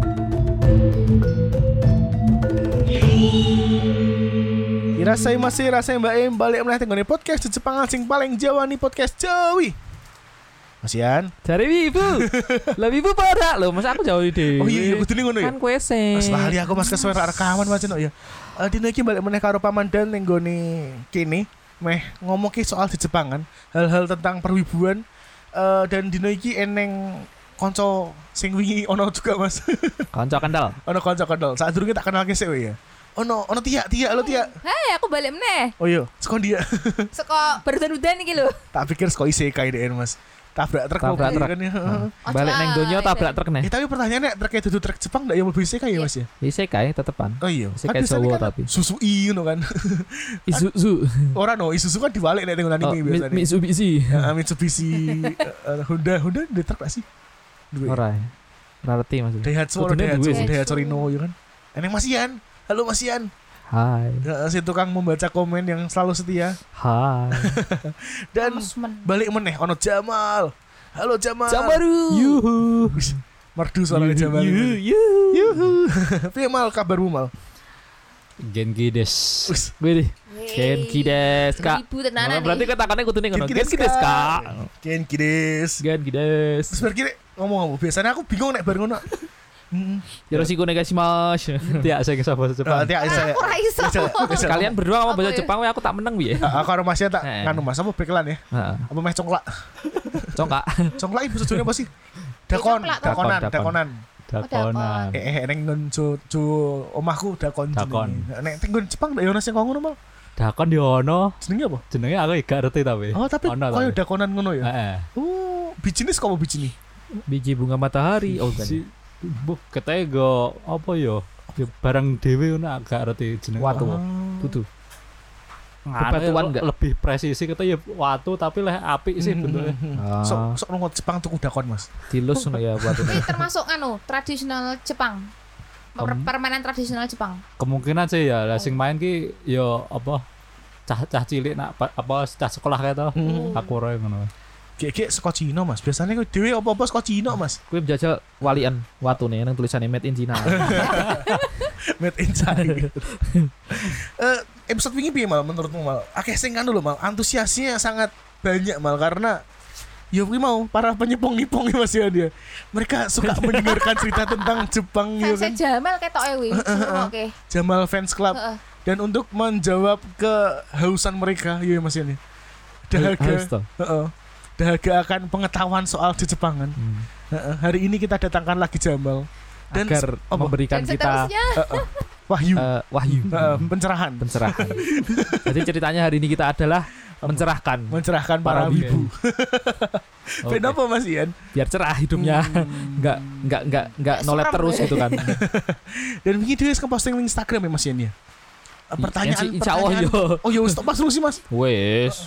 Hmm. Rasai masih rasai Mbak Em balik meneh tenggone podcast Jepang sing paling Jawa nih podcast Jawi. Masian. Cari ibu. Lah ibu pada lho, masa aku jauh dhewe. Oh iya iya kudune ngono ya. Kan kowe sing. Asli aku mas kesuwen rak rekaman Mas Cino ya. Eh dino iki balik meneh karo Paman Dan ning gone kene meh ngomong ki soal di Jepang kan, hal-hal tentang perwibuan Eh dan dino iki eneng konco sing wingi ono juga Mas. Kanca kental. ono konco kenal. Saat durunge tak kenal sik ya. Ono ono tiak tiak lo tiak. Hai, Eh, aku balik meneh. Oh iya, sekon dia. Seko berdan-udan iki lho. tak pikir sekok isekai DN Mas. Tabrak truk Tabrak mobil truk. Hmm. kan ya. Ojo, Nah, Balik neng donya ah, tabrak isen. truk neh. Eh tapi pertanyaannya terkait duduk truk Jepang enggak ya mobil isekai Iya. ya Mas ya? Isekai tetepan. Oh iya. Isekai biasanya Jawa kan tapi. Suzuki ngono kan. Isuzu. Ora no, Isuzu kan dibalik nek tengok Oh, anime Mi- biasanya. Mitsubishi. Ya, Mitsubishi, eh, eh, Honda, Honda di truk gak sih? Duwe. Ora. ya. Ora ngerti maksudnya. Daihatsu, ora Kudune Daihatsu, duwe sih. Daihatsu Rino ya kan. Eneng Mas Ian. Halo Mas Ian. Hai. Eh, Si tukang membaca komen yang selalu setia Hai. dan Amusement. balik meneh ono Jamal. Halo Jamal. Jambaru. Yuhu. Wis, Merdu suaranya Jamal. Yuhu. Yuhu. Yuhu. Piye mal kabarmu mal? Genki des. Wis, Wih. Yeay. Genki desu ka. Ibu Nah, tenanan. berarti katakannya kudu ning ngono. Genki desu Genki desu ka. Genki des. Genki desu. Terus berkira ngomong apa? Biasanya aku bingung nek bareng ngono. Hmm. Yoroshiku negasimasu. Tidak saya sapa Nah, Jepang. tiak Ah, isa ya. aku ora iso. Bisa, bisa. Kalian berdua ngomong Apa bahasa ya? Jepang, weh, aku tak menang piye. Nah, Aku karo Mas Ian tak Eh. nganu Mas apa bekelan ya? Heeh. Apa meh congklak? Congkak. Congklak ibu sejujurnya apa sih? Dakon, congklak, dakonan, dakon. dakonan. Dakonan. Eh, eh, neng nggon cu cu omahku dakon. Dakon. jenenge. Nek teng nggon Jepang ndak Yonas sing kok ngono mal. Dakon di ono. Jenenge apa? Jenenge aku gak ngerti tapi. Oh, tapi Eh, Ono Eh. koyo tapi. dakonan ngono ya. Heeh. Oh, bijinis kok apa bijini? Biji bunga matahari. Oh, bukan. Si bu katanya go apa yo? Ya barang dhewe ngono aku gak ngerti jenenge. Watu. Ah. Tutu. Nganu, Bebatuan le- gak? Lebih presisi katanya ya watu tapi leh apik sih Hmm, bentuknya. Ah, Sok sok nongol Jepang tuku dakon, Mas. tilus ngono ya buat Kuwi termasuk anu, tradisional Jepang. Per- Permainan tradisional Jepang. Kemungkinan sih ya Oh. lah sing main ki yo apa cah cah cilik nak pa- apa cah sekolah kae to. Hmm. Aku ora ngono. Gek-gek saka Cina, Mas. Biasanya kowe dhewe apa-apa saka Cina, Mas. Kuwi menjajal walian watu nih nang tulisannya made in China. Made in China. Eh, episode wingi piye mal menurutmu mal? Akeh sing kan lho mal, antusiasnya sangat banyak mal karena Ya kuwi mau para penyepong-nyepong ya Mas ya dia. Mereka suka mendengarkan cerita tentang Jepang ya kan. Saya Jamal ketoke kuwi. Oke. Jamal Fans Club Heeh. dan untuk menjawab kehausan mereka ya Mas ya. nih. Harus Dahaga. toh. Heeh. Dahaga akan pengetahuan soal di Jepangan. Hmm. Heeh, hari ini kita datangkan lagi Jamal dan Agar apa? memberikan Dan kita seterusnya Heeh. Wahyu eh, wahyu Heeh, pencerahan pencerahan. Jadi ceritanya hari ini kita adalah mencerahkan. mencerahkan para Para wibu. wibu. Okay. Oke. Kenapa Mas Ian? Biar cerah hidupnya. Nggak nggak nggak nggak Nggak nolet seram terus gue. gitu kan. Dan begini dia sekarang posting di Instagram ya Mas Ian ya. Eh, Pertanyaan, Insya- Insya Allah pertanyaan. yo. Oh ya, stop Mas dulu sih Mas. Wes.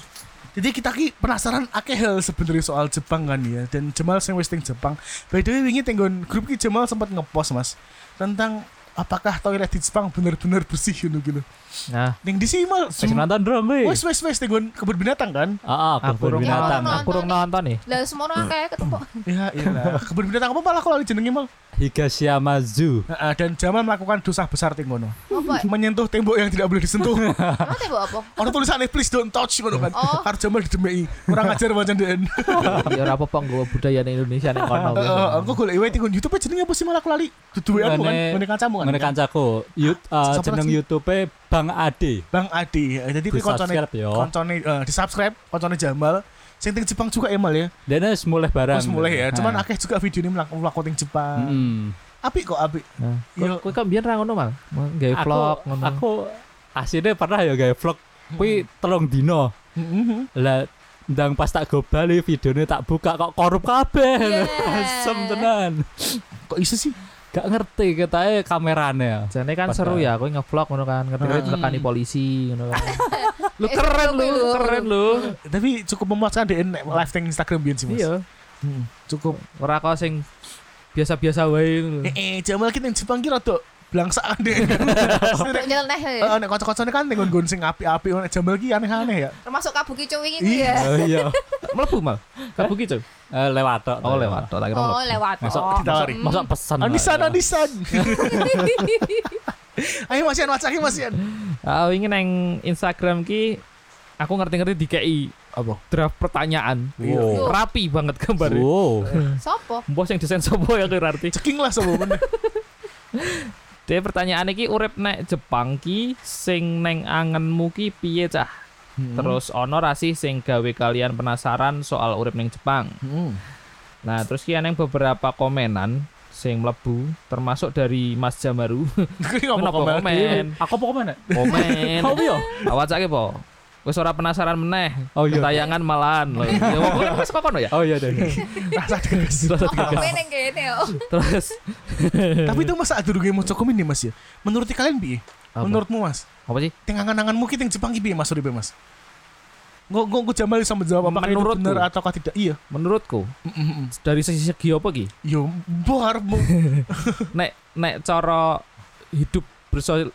Jadi kita ki penasaran akeh hal sebenarnya soal Jepang kan ya. Dan Jamal sing wis teng Jepang. By the way, wingi tenggon grup ki Jamal sempat ngepost Mas tentang apakah toilet di Jepang benar-benar bersih gitu gitu. Nah, Ning di sini Mas. Sing nonton drum weh. Wes wes wes tenggon kebun binatang kan? Heeh, aku kebun rung binatang. nonton, aku rung nonton nih. lah semono akeh ketemu. Ya iya. kebun binatang apa malah kalau jenenge mal? Higashiyama Zoo. Heeh, dan Jamal melakukan dosa besar tenggono. Apa? menyentuh tembok yang tidak boleh disentuh. Emang tembok apa? Orang tulisannya please don't touch ngono kan. Oh. Karo Jamal didemeki. Kurang ajar Eh, macam DN. Ya ora apa-apa nggo budaya ning Indonesia ning kono. Heeh, engko golek wae tinggon YouTube jenenge apa sih malah aku lali. Duduwean bukan Ngene- ngene kancamu kan. Ngene kancaku, yut- eh, Siapa jeneng sih? YouTube-e Bang Ade. Bang Adi. Eh, Jadi kuwi koncone Di-subscribe yo. koncone eh, di-subscribe koncone Jamal. Sing ting Jepang juga Emal ya. Dene mulai barang. Terus mulai ya. Cuman Nah. akeh juga video ini melaku melaku ting Jepang. Mm. Apik kok apik. Nah, Yo. Kowe kan biyen ra ngono mal. Nggawe Aku vlog ngono. aku asline pernah ya gawe vlog kuwi telung dino. Mhm. Lah ndang pas tak go Bali videonya tak buka kok korup kabeh. Yeah. Asem tenan. Kok iso sih? Gak ngerti ketae kamerane. Jane kan Padahal. seru ya, kowe ngevlog ngono kan, ngerti Hmm. tekani polisi ngono kan. Lu keren lu, keren lu. Tapi cukup memuaskan DN nek live ting Instagram biyen sih Mas. Iya, Mhm. Cukup ora kok sing biasa-biasa wae ngono. Eh, eh, Jamal kita yang Jepang kira rada blangsaan deh. Untuk nyeleneh ya. Heeh, nek kocok-kocoknya kan tinggon nggon sing api-api nek jambel ki aneh-aneh ya. Termasuk kabuki cowing Iya. itu ya. Oh iya. eh. Mlebu mal. Kabuki Cuk. Eh, lewat tok. Hmm. Oh ya. lewat tok tak kira Oh mlebu. lewat. Masuk Oh. ditawari. Masa pesan. Anisan, Mbak? Anisan. Ayo masian, wacake masian. Ah, wingi neng Instagram ki aku ngerti-ngerti dikei Apa? Oh. draft pertanyaan. Iya. Wow. Rapi banget gambarnya. Wow. Sopo? Mbok sing desain sapa ya aku ora arti. Ceking lah sama meneh. Dhewe pertanyaan iki urip nek Jepang ki sing neng angenmu ki piye cah? Terus ono rasih sing gawe kalian penasaran soal urip neng Jepang. Hmm. Nah, terus ki neng beberapa komenan sing mlebu termasuk dari Mas Jamaru. Kuwi Kenapa ngomong komen? Aku apa kemana? Komen. Kamu ya? Awak cake po. Wis ora penasaran meneh. Oh iya. Tayangan malahan. lho. Ya pokoknya wis kokono ya. Oh iya deh. Rasa degas. Terus Oh, kowe ning kene oh. terus Tapi itu masa durunge maca komen ya Mas ya. Menurut kalian piye? Apa? Menurutmu Mas, apa sih? ting angan-anganmu ki ting Jepang ki piye Mas Uripe Mas? Nggak nggak nggak jamal sama jawab apa Menurutku. benar ataukah tidak? Iya. Menurutku Mm-mm. dari segi segi apa ki? Yo, buar mau Nek nek cara hidup berso-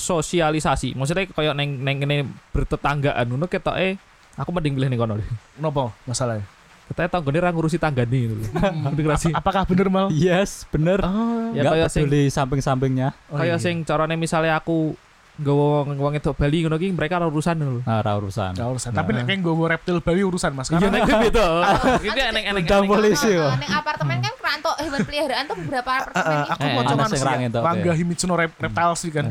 bersosialisasi. Maksudnya kayak neng neng neng bertetanggaan ngono ketoke aku mending pilih ning kono. deh. nopo ya? masalahnya. Ketoke tanggane ra ngurusi tanggane gitu. Hmm. Ngerti gak sih? Apa- apakah benar mal? Yes, bener. Oh. Ya kayak Enggak sing peduli samping-sampingnya. Oh, iya. kayak sing carane misalnya aku nggawa wong itu Bali ngono ki mereka ora urusan ngono. lho. Nah, ora urusan. Ya. Gak urusan. Tapi nek kayak gue reptil Bali urusan mas. nah. Iya Karena Ah. nek gitu. Iki nek nek Udah boleh. Polisi, Nah, Wak. Ning apartemen kan kerantok hewan peliharaan tuh beberapa Eh, eh, apartemen. gitu, aku Eh, mau anak cuman sing sih. rangin tau, Mangga ya. Himitsuno rep reptil sih kan.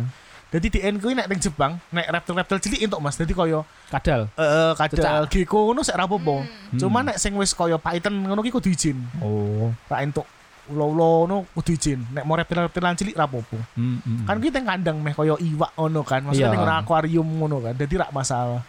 Jadi di NQ nek ning Jepang, nek reptil-reptil cilik entuk Mas. Jadi koyo kadal. eh Cecak. kadal gecko ngono sik rapopo. Hmm. Cuma nek sing wis koyo python ngono ki kudu izin. Oh. Ra entuk ulo-ulo ngono kudu izin. Nek mau reptil-reptilan cilik rapopo. Hmm, hmm. Kan kita kandang meh koyo iwak ngono kan. Maksudnya Iya. ning ngono akuarium ngono kan. Jadi rak masalah.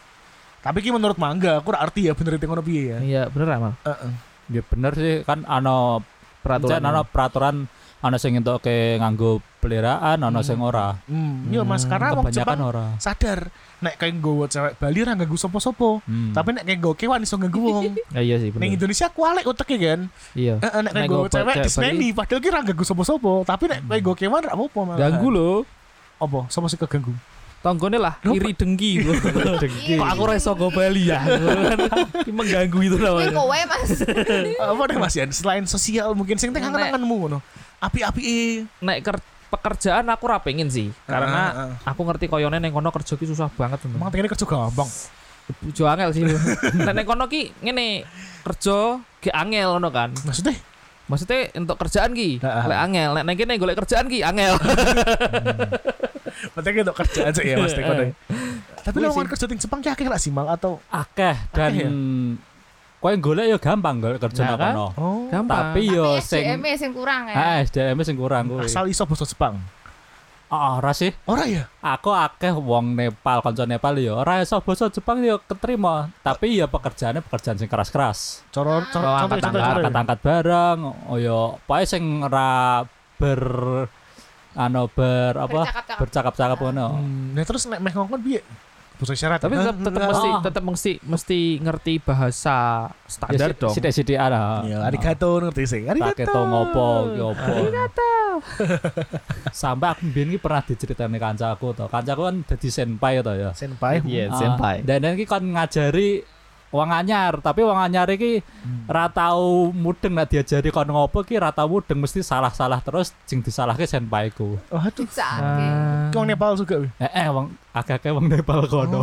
Tapi ki menurut Mangga aku rak arti ya bener itu ngono piye ya. Iya bener ra mal Heeh. ya bener sih kan ana peraturan. peraturan ana peraturan ana sing entoke nganggo peliharaan, ana sing ora. Hmm, iya Mas karena wong Kebanyakan Jepang ora. sadar nek kayak gue cewek Bali ra ganggu sopo-sopo. Hmm. Tapi nek kayak gue kewan iso ganggu wong. Ya, Iya sih Ning bener. Indonesia kualek utek kan. Iya. Eh, eh, nek Nek gue nggo cewek cewek disneni padahal ki ra ganggu sopo-sopo, tapi nek kayak gue kewan ra apa malah. Ganggu lho. Apa? Sopo sih keganggu? Tanggone lah Loh, iri dengki. Kok aku ora iso go Bali ya. Ki mengganggu itu Kuwi namanya. kowe Mas. Apa deh Mas Yan? Selain sosial mungkin sing teng Nek- kangen-kangenmu ngono. Api-api e. Nek ker- pekerjaan aku ra pengen sih karena Heeh, aku ngerti koyone neng kono kerja ki susah banget. emang tengene kerja gampang. Jo angel sih. Nek neng kono ki ngene kerja ge angel ngono kan. Maksudnya? Maksudnya untuk kerjaan ki, Heeh. lek angel, lek neng kene golek kerjaan ki angel. Penting untuk kerja aja ya Mas Teko. Heeh. Tapi Kuwi lawangan sih. kerja teng Jepang ki akeh ra sih mal atau akeh dan Akeh ya? kowe golek ya gampang golek kerja Nah, nah, kan? kono. Oh. Gampang. Tapi yo Tapi sing SDM -nya E sing kurang Heeh, ya. SDM sing kurang kuwi. Asal iso basa Jepang. Ah, ora sih. Ora ya? Aku akeh wong Nepal, kanca Nepal yo ora iso basa Jepang yo keterima, tapi ya pekerjaannya pekerjaan sing keras-keras. Coro coro Oh, contoh- angkat contoh- tangan, contoh ya? Angkat-angkat barang, oh yo pokoke sing ora ber ano ber apa Bercakap-cakap. bercakap-cakap ngono. Hmm, nah terus nek meh ngomong piye? Basa isyarat. eh? Tapi tetap, tetap mesti Ah. tetap mesti mesti ngerti bahasa standar dong. Sithik-sithik ana. Ya, arigato ngerti sih. Arigato. Taketo ngopo ya ki opo. Sampai aku mbiyen ki pernah diceritani kancaku to. Kancaku kan dadi senpai to ya. Senpai. Iya, Ah, senpai. Dan dan ki kon ngajari wong anyar, tapi wong anyar iki ra tau mudeng nek diajari kon ngopo ki ra tau mudeng mesti salah-salah terus jeng disalahke senpaiku. Oh, aduh. Sakit. Ah. Ki wong Nepal juga weh. Eh eh wong agak-agak wong Nepal Kok kono.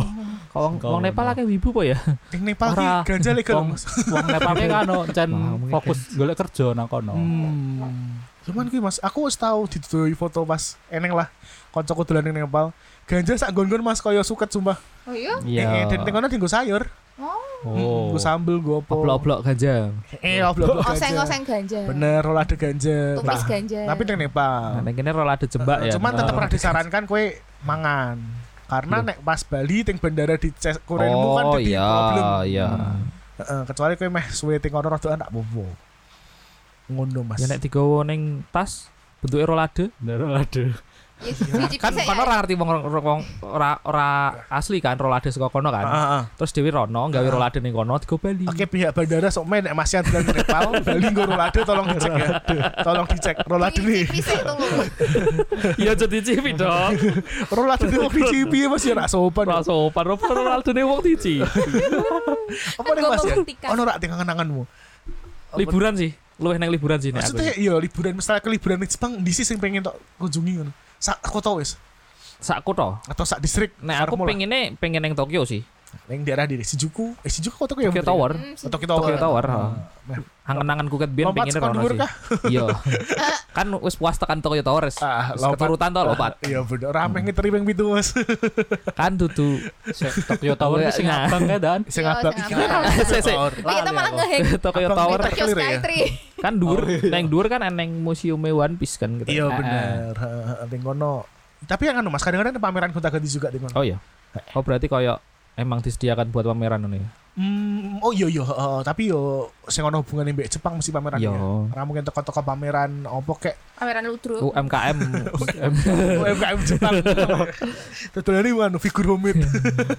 wong- wong Kau- Nepal akeh wibu po ya? Ning Nepal ki Ora. ganja legal Wong Mas. wong Nepal ki kan cen Wah, mungkin. fokus golek kerja nang kono. Hmm. Cuman kuwi Mas, aku wis tau didodoi foto pas eneng lah kancaku dolan ning Nepal. Ganja sak gon-gon Mas kaya suket sumpah. Oh iya. Eh, eh, dan ning kono dienggo sayur. Oh, Oh. Nggo sambel, nggo apa. Oblok-oblok ganja. Eh, Oh, oblok-oblok ganja. oseng-oseng ganja. Bener, olah ada ganja. Tumis Nah, ganja. Tapi ning Nah, Nepal. ning kene rola ada jembak ya. Ah. Eh, Cuman tetep Oh. ora disarankan kowe mangan. Karena nek pas Bali ting bandara dicek kurirmu kan jadi problem. Oh, Hmm, iya. Heeh, kecuali kowe meh suwe ting kono rada ndak apa-apa. Ngono Mas. Ya nek digowo ning tas bentuke rolade. Bener aduh. Ya, siji kan bisa kono ya. ora ngerti wong wong- wong ora ora asli kan rolade saka kono kan. Ah, ah. Terus Dewi Rono gawe rolade ning kono digo Bali. Oke pihak bandara sok main nek masih ada di Nepal Bali nggo rolade tolong dicek ya. Tolong dicek rolade Siji nih. bisa tolong. Iya jadi cipi dong. Rolade nih wong dicipi masih ora Ya, sopan. Ora sopan ora rolade ning wong dici. Apa nih Kan Mas gua ya? membuktikan. Ono rak dengan kenanganmu. Apa- Liburan sih. Luwih nang liburan sih nek aku. Maksudnya ya liburan misalnya ke liburan di Jepang di sini pengen tak kunjungi ngono. Sak kota wis Sak kutho. atau sak distrik. Nek aku Sarmula. pengine pengen nang Tokyo sih. Neng daerah di Shinjuku. Eh Shinjuku kota ku ya. Tokyo bener ya? Tower. Hmm, siji. Tokyo Tokyo Tower. Tower. Ah. ha. Angen-angenku ket biyen Lompat pengen sekon rono dhuwur sih. kah? Iya. Kan wis puas tekan Tokyo Tower. wis. Ah, Wis lompat. Keturutan to lompat. Iya bener. Rame ngeteri ping pitu Mas. Kan dudu Tokyo Tower Iya, itu sing nah. abang kan dan Sing Iya, abang sing iki. abang. Sik, sik. Tapi kita malah Lali aku. ngehack Tokyo Abang Tower kita- Tokyo Clear ya? Skytree. kan dhuwur. Neng dhuwur kan eneng museume One Piece kan gitu. Oh, Iya Ah, ah. bener. Heeh, Ning kono. Tapi yang anu Mas kadang-kadang ada pameran gonta-ganti juga di kono. Oh iya. Oh berarti koyo emang disediakan buat pameran ini. Hmm, oh iya iya, heeh. tapi yo sing ono hubungane mbek Jepang mesti pameran Yo. ya. Ora mungkin toko-toko pameran opo kek Pameran Ludruk. UMKM. UMKM Jepang. Dodolane anu figur homemade.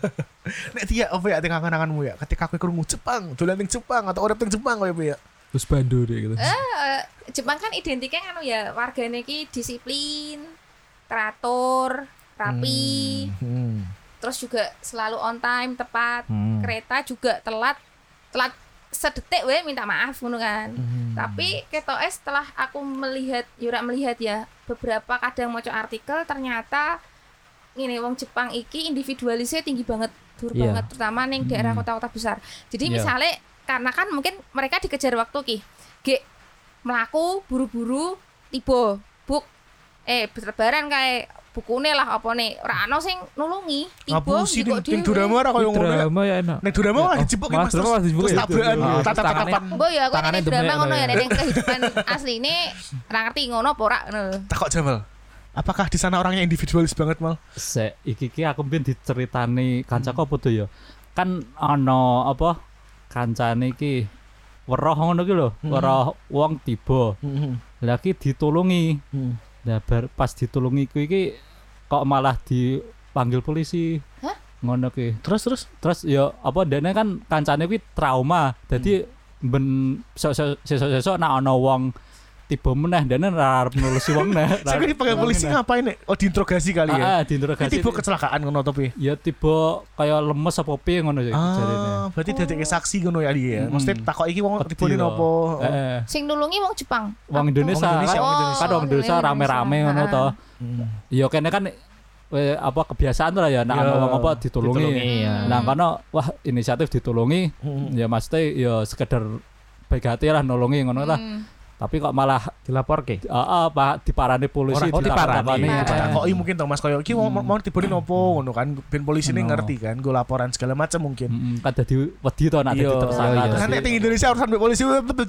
Nek dia opo ya tengah kenanganmu ya ketika kowe krungu Jepang, dolan ning Jepang atau urip ning Jepang kowe ya. Terus bandu deh gitu. Eh, Jepang kan identiknya kan ya warganya ki disiplin, teratur, rapi, Hmm. terus juga selalu on time, tepat. Hmm. Kereta juga telat, telat sedetik we minta maaf ngono kan. Hmm. Tapi ketoke setelah aku melihat Yura melihat ya beberapa kadang maca artikel ternyata ini wong Jepang iki individualisnya tinggi banget, dur Iya. Hmm. banget terutama ning daerah kota-kota besar. Jadi Iya. misalnya karena kan mungkin mereka dikejar waktu ki. Ge melaku buru-buru tiba buk eh berlebaran kayak bukune lah apa nih rano sing nulungi tiba Ngapusi njukuk ning ning dhewe. Durama ora koyo ngono. ya. Drama ya enak. Ning Durama malah Oh, dijebuk ya malah Mas. Durama malah Terus dijebuk terus ya. tabrakan ya, Ah, terus tatap-tatapan. tangannya- Mbok ya aku Tangannya ini drama demek, ngono ngono ya ya. nek kehidupan asline ora ngerti ngono apa ora ngono. Takok Jamal. Apakah di sana orangnya individualis banget mal? se iki iki aku mbien Hmm. diceritani kancaku apa tuh ya kan ono apa kancane iki weruh ngono ki lho Hmm. weruh wong tiba lagi ditulungi Hmm. nah bar, pas ditulungi ku iki kok malah dipanggil polisi Hah? ngono ki Terus terus. terus ya apa dene kan kancane kuwi trauma jadi Hmm. ben sesuk-sesuk nak ana wong tiba meneh dene ra arep nulusi wong neh ra Saya arep kira dipanggil nulungi polisi neh. ngapain nih? Oh diinterogasi kali ya. Ah, ah, Ini diinterogasi tiba kecelakaan ngono tapi. ya tiba kaya lemes apa piye ngono ya jarine. Ah, berarti dia kayak saksi ngono ya dia. Mm-mm. Maksudnya takok iki wong Pedih dibully loh. nopo? Heeh. Sing nulungi wong Jepang. Oh, Wong Indonesia, Wong Indonesia, kan, wong kan wong Indonesia rame-rame ngono to. Hmm. Ya kene kan eh, apa kebiasaan tuh lah ya Iya. nek Ya, ana wong apa ditulungi. ya. Nah, karena wah inisiatif ditulungi Hmm. ya maksudnya ya sekedar baik hati lah nolongi ngono lah. Hmm. Tapi kok malah Nah, Dilaporke. Heeh, Pak diparani polisi Orang- oh, diparani. ditangkap-tangkapani. Diparani. Heeh. Takoki mungkin dong Mas koyo iki wong mau dibully nopo ngono kan. Ben polisi ini Ngono. ngerti kan, gue laporan segala macam mungkin. Mm-mm, kan dadi wedi to nek dadi Iya, tersangka. iya, terus Kan nek di- di Indonesia urusan mbek polisi betul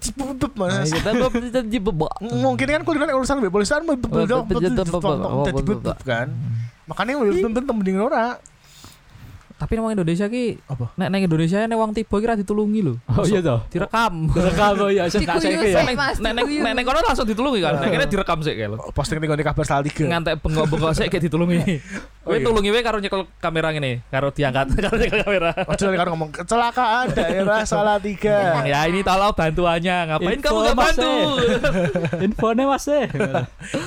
Nah, Mas. Mungkin kan kuliah urusan mbek polisi kan jadi betul kan. Makanya betul mending ora. Tapi wong Indonesia ki Apa? nek nang Indonesia nek wong tiba ki ra ditulungi lho. Oh iya toh. Direkam. Direkam oh iya sing tak Diguyu saiki ya. Nek Mas, nek nek diguyu. nek- nek Eh, kono langsung ditulungi kan. Nek kene direkam sik kae lho. Posting tinggal di kabar salah tiga. Ngantek bengok-bengok sik kayak ditulungi. Oh, Kowe iya. tulungi wae karo nyekel kamera ngene, karo diangkat, karo nyekel kamera. Ojo lagi kan ngomong kecelakaan daerah Salatiga. Ya ini tolong bantuannya. Ngapain kamu Info, gak Mas, bantu? Infone Mas eh.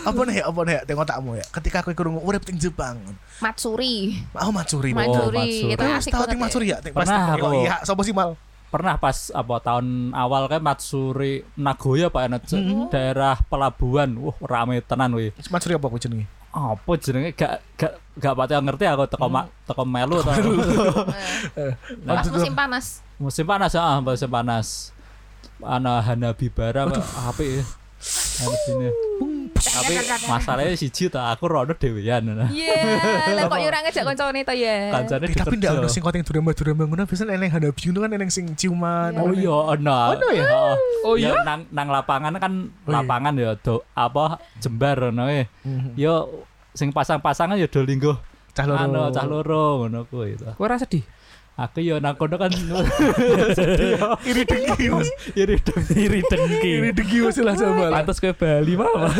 apa nih apa nih tengok takmu ya. Ketika kowe krungu urip teng Jepang. Matsuri. Aku matsuri. Mas. Matsuri. Matsuri. Kita Kowe wis asik Tahu banget teng ya. matsuri ya? Teng Pernah pasti aku. tengok, Iya, sapa sih mal? Pernah pas apa tahun awal kayak Matsuri Nagoya Pak enak Mm-hmm. daerah pelabuhan. Wah, rame tenan weh. Matsuri apa kowe jenenge? Apa jenenge gak gak gak pati ngerti aku teko ma- Mm. teko melu to. Pas musim panas. Musim panas ah, musim panas. Ana Hanabibara kok apik ya. Hanabine. Tapi masalahnya siji ta aku rono dhewean. nah. Iya, lah kok yo ora ngejak koncone to ya. Kancane Eh, tapi ndak ono dikerja. sing koteng drama-drama ngono biasanya eneng hanabi ngono kan eneng sing ciuman. Iya. Oh iya, ono. Ono ya? Heeh. Oh iya. Ya, nang nang lapangan kan Oh iya. Mhm. lapangan ya do apa jembar ngono e. Ya sing pasang-pasangan ya do lingguh Cah loro. anu cah loro ngono kuwi to. Kowe ra sedih? Aku yo nang kono kan Iri dengki mas iri deng Iri Iya. dengki. Iri dengki mas lah Jamal Pantes kowe Bali malah.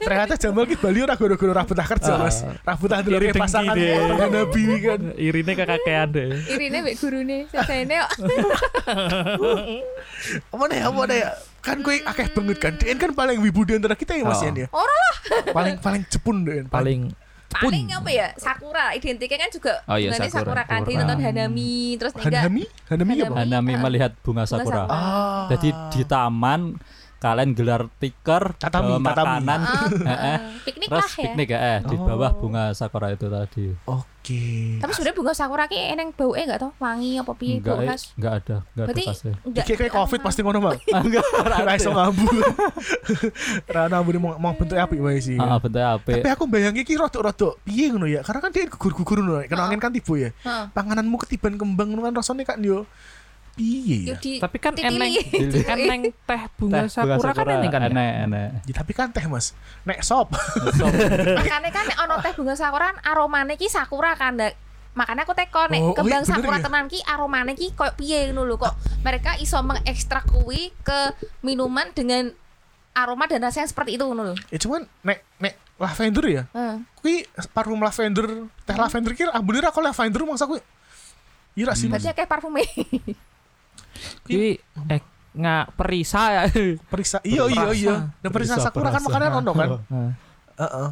Ternyata Jamal kita Bali ora gara-gara rabetah kerja mas Rabetah Iri dulu kayak dengki pasangan deh. Dengan Nabi kan Irine kekakean deh. Irine mbek gurune, sesene kok. Apa nih apa nih Kan gue akeh banget kan Dien kan paling wibu di antara kita ya mas Oh. Yan, ya Ora lah. Paling paling jepun Dien paling Paling apa ya? Sakura, identiknya kan juga Oh iya, hubungannya Sakura. Sakura kan Sakura. dia nonton Hanami, terus enggak Hanami Hanami apa? Hanami melihat bunga sakura. sakura. Ah. Jadi di taman kalian gelar tiker Tatami, bawa tatami. makanan Heeh. Ah, piknik terus lah ya. piknik ya eh, di Oh. bawah bunga sakura itu tadi. Oke Tapi sebenarnya bunga sakura ki eneng bauke enggak toh? Wangi apa piye Enggak, bau eh, khas. enggak ada, enggak ada Berarti eh. khasnya. enggak Iki kayak covid pasti ngono mal Enggak, Ra iso ngambu Ra ngambu nih, mau, mau bentuk api wae sih Ah, bentuknya apik. Iya. Tapi aku bayangin iki rodok-rodok piye ngono ya. Karena kan dia gugur-gugur ngono. Ah. ya. Kena angin kan tiba ya. Heeh. Pangananmu ketiban kembang ngono kan rasane kan yo piye Yo ya. di tapi kan Titili. eneng Titili. eneng teh bunga Teh, sakura, kan eneng kan ya? enek, enek. Ya, tapi kan teh Mas. Nek sop. makanya kan ono teh bunga sakura aromane ki sakura kan Dak. makanya aku tekon nek Oh, oh, kembang iya, bener sakura ya. tenan ki aromane ki koyo piye ngono lho kok mereka iso mengekstrak kuwi ke minuman dengan aroma dan rasa yang seperti itu ngono lho ya cuman nek nek lavender ya. Heeh. Kuwi parfum lavender, teh Hmm. lavender ah, ki ambune ra kok lavender masa kuwi. Iya ra sih Mas. berarti kayak parfume Jadi eh nggak perisa ya. Periksa. Iya iya iya. Dan periksa Perisa, sakura kan perasa. makanya ono kan. Heeh. Heeh.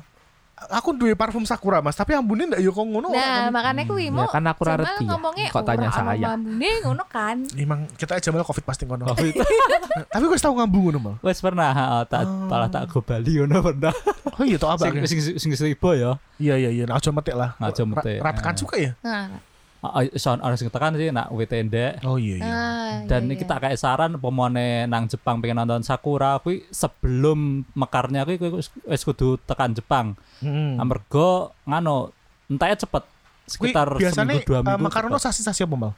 Aku duwe parfum sakura Mas, tapi ambune ndak yo kok ngono. nah Kan. makanya kuwi Hmm, Ya, mau kan aku ra Jamal ngerti ya. ngomongnya Kok tanya "Ora ono saya?" mambune ngono kan Emang kita aja malah covid pasti ngono. Covid. tapi gue tau ngambu ngono mal. Wes pernah, heeh, tak malah tak go Bali ngono pernah. Oh iya tau Oh. apa? Sing sing sing seribu ya. Iya iya iya, nah, aja metik lah. Nah, aja metik. Ratakan Eh. juga ya? nah, Ah, ah, Sound orang sing tekan sih nak wit endek. Oh iya nah, iya, Dan ini iya. kita kayak saran pomone nang Jepang pengen nonton Sakura kuwi sebelum mekarnya kuwi kuwi wis- wis kudu tekan Jepang. Hmm. Amergo ngano enteknya cepet sekitar biasanya seminggu dua eh, minggu. makarono cepet. sasi-sasi apa mal?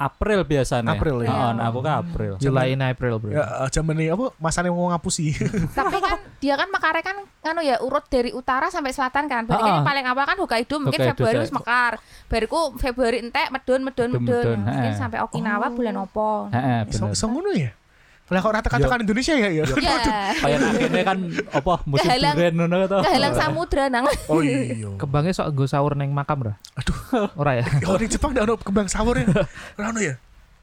April biasanya. April, ya. Heeh, nah, aku kan April. Juli and April bro. Ya eh, zaman ini apa masane mau ngapusi. tapi kan dia kan makare kan nganu ya urut dari utara sampai selatan kan berarti kan Ah, ah. paling awal kan Hokkaido mungkin Hokkaido, Februari saya- wis mekar bariku Februari entek medun medun Medun, medun medun, mungkin heeh. sampai Okinawa bulan opo Heeh, Iso bener. iso ngono ya. Lah kok ratakan-ratakan Indonesia ya ya. ya Kayak akhirnya kan apa musim Kehalang- durian ngono to. kehalang samudra nang Oh iya. Kembangnya sok nggo sahur neng makam ra. Aduh. Ora ya. Ya orang Jepang ndak ono kembang sawur ya. Ora ono ya?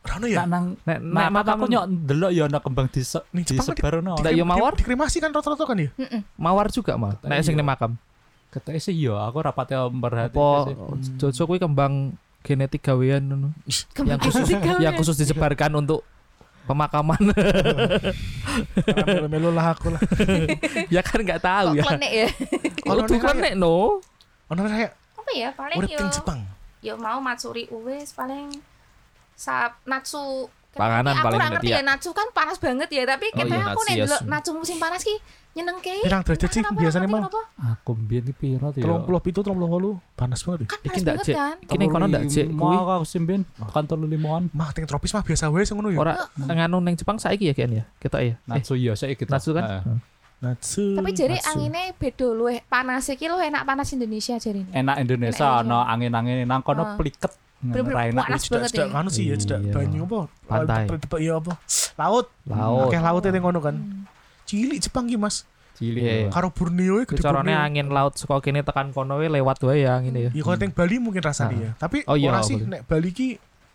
Ora ono ya? Nak nang Nek nek Nah, mata makam aku nyok ndelok ya ana kembang di Nih, di Jepang sebar ono. Ndak Di- yo mawar. di- Dikremasi kan rata-rata kan ya? mawar juga mal. Nek sing neng makam. Keteke sih ya, aku rapate Po merhatiin. Jojo kuwi kembang genetik gawean ngono. yang khusus Iya. yang khusus disebarkan untuk pemakaman Karena Melu-melu lah aku lah. ya kan nggak kok tahu ya klenek ya Ono Udah nih kan kayak nek no ono nih kayak apa ya paling urip yo ting Jepang. yo Ya mau matsuri uwes paling sab natsu Panganan Tapi aku paling ora ngerti ngerti ya natsu kan panas banget ya tapi Oh, katanya iya, Eh, natsu aku nek ya, ndelok su. natsu musim panas ki nyeneng kei Pirang derajat sih Kenapa, biasanya kenapa, mal? kenapa? Aku mbiyen iki pira to ya? 30 itu 38 panas banget ya. kan Iki panas ndak, banget Cek. kan kene kono ndak jek Mau kuwi aku sih mbiyen kan 35-an. Mah ting tropis mah biasa wae sing ngono ya. ora nganu neng Jepang saiki ya kan ya kita ya eh, Natsu ya saiki kita. Natsu kan? Heeh. Natsu. Tapi Hmm, jadi Natsu. anginnya beda eh, luwe panas iki lu enak panas Indonesia jadi. Eh, Enak Indonesia Enak ana angin-angin nang kono Ah. pliket. Bener-bener Ra enak. panas. cedak banget cedak ya. anu sih ya cedak Iya. banyu apa Pantai. Tepet-tepet ya apa laut laut akeh laut itu ngono kan Hmm. cilik Jepang ki Mas Iya, Cilik. ya. iya. karo Borneo iki Kuwi carane angin laut saka kene tekan kono we lewat wae ya ngene ya ya kalau teng Bali mungkin rasanya ya tapi Oh, iya, ora sih boleh. nek Bali ki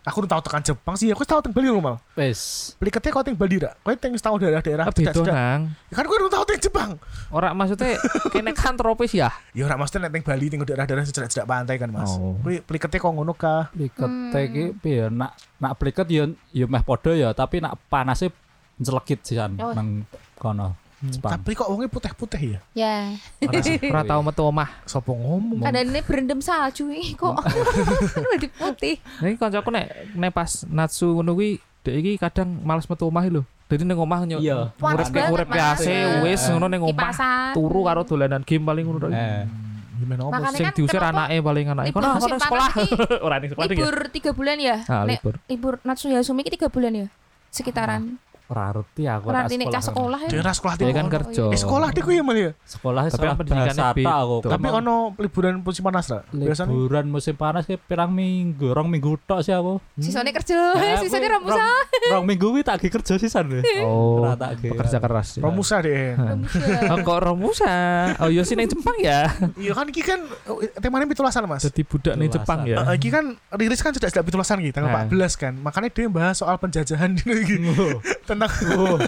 aku tau tekan Jepang sih aku tau teng Bali normal Wes. peliketnya kalau teng Bali rak kowe teng tau daerah-daerah Ah, cedak beda cedak nang kan kowe tau teng Jepang ora maksudnya kene kan tropis ya ya ora maksudnya nek teng Bali teng daerah-daerah cedak cedak pantai kan Mas Oh. kowe peliketnya kok ngono kah Pliket iki piye nak nak pliket ya ya meh padha ya, tapi nak panasnya celekit sih kan Oh. nang kono. Jepang. tapi kok wonge putih-putih ya Ya. ora tau metu omah sapa ngomong Ada ini berendam salju ih kok. Lebih putih. Nih kancaku nek nek pas Natsu ngono kuwi dek iki kadang males metu omah lho. Jadi ning omah nyo. Iya. Urip Panas ke banget, urip ke Mas. AC wis Iya. ngono ning omah. Kipasan. Turu karo dolanan game paling ngono tok. Eh. gimana Ya, apa Makanya Sing kan diusir kenapa anake paling anake. libur Kono musim kono panas sekolah. iki Ora ning sekolah ding ya. Libur tiga bulan ya. Ah, Nek libur. libur Natsuya Sumi tiga bulan ya sekitaran. Ora ngerti Ah, aku Ora ini cah sekolah ya. Dia ora sekolah di Dia kan Oh, kerja. Eh sekolah di ya Mal ya. Sekolah Tapi sekolah kan pendidikannya bahasa beda. aku. Tapi Kamu ono liburan musim panas ra? Biasanya liburan musim panas kayak pirang minggu, rong minggu tok sih aku. Sisanya kerja, Eh, Nah, aku sisanya romusa. rong- Rong minggu kuwi tak ge kerja sisan lho. Oh, Ora tak ge. pekerja keras. ya. Romusa deh. Oh, kok Romusa? Oh, yo sih neng Jepang ya. Iya kan iki kan oh, temanya pitulasan Mas. Jadi budak nih Dewasa. Jepang ya. Eh, Iki kan rilis kan sudah sudah pitulasan gitu tanggal Nah. 14 kan. Makanya dia bahas soal penjajahan dulu gitu. Tentang Nah, 14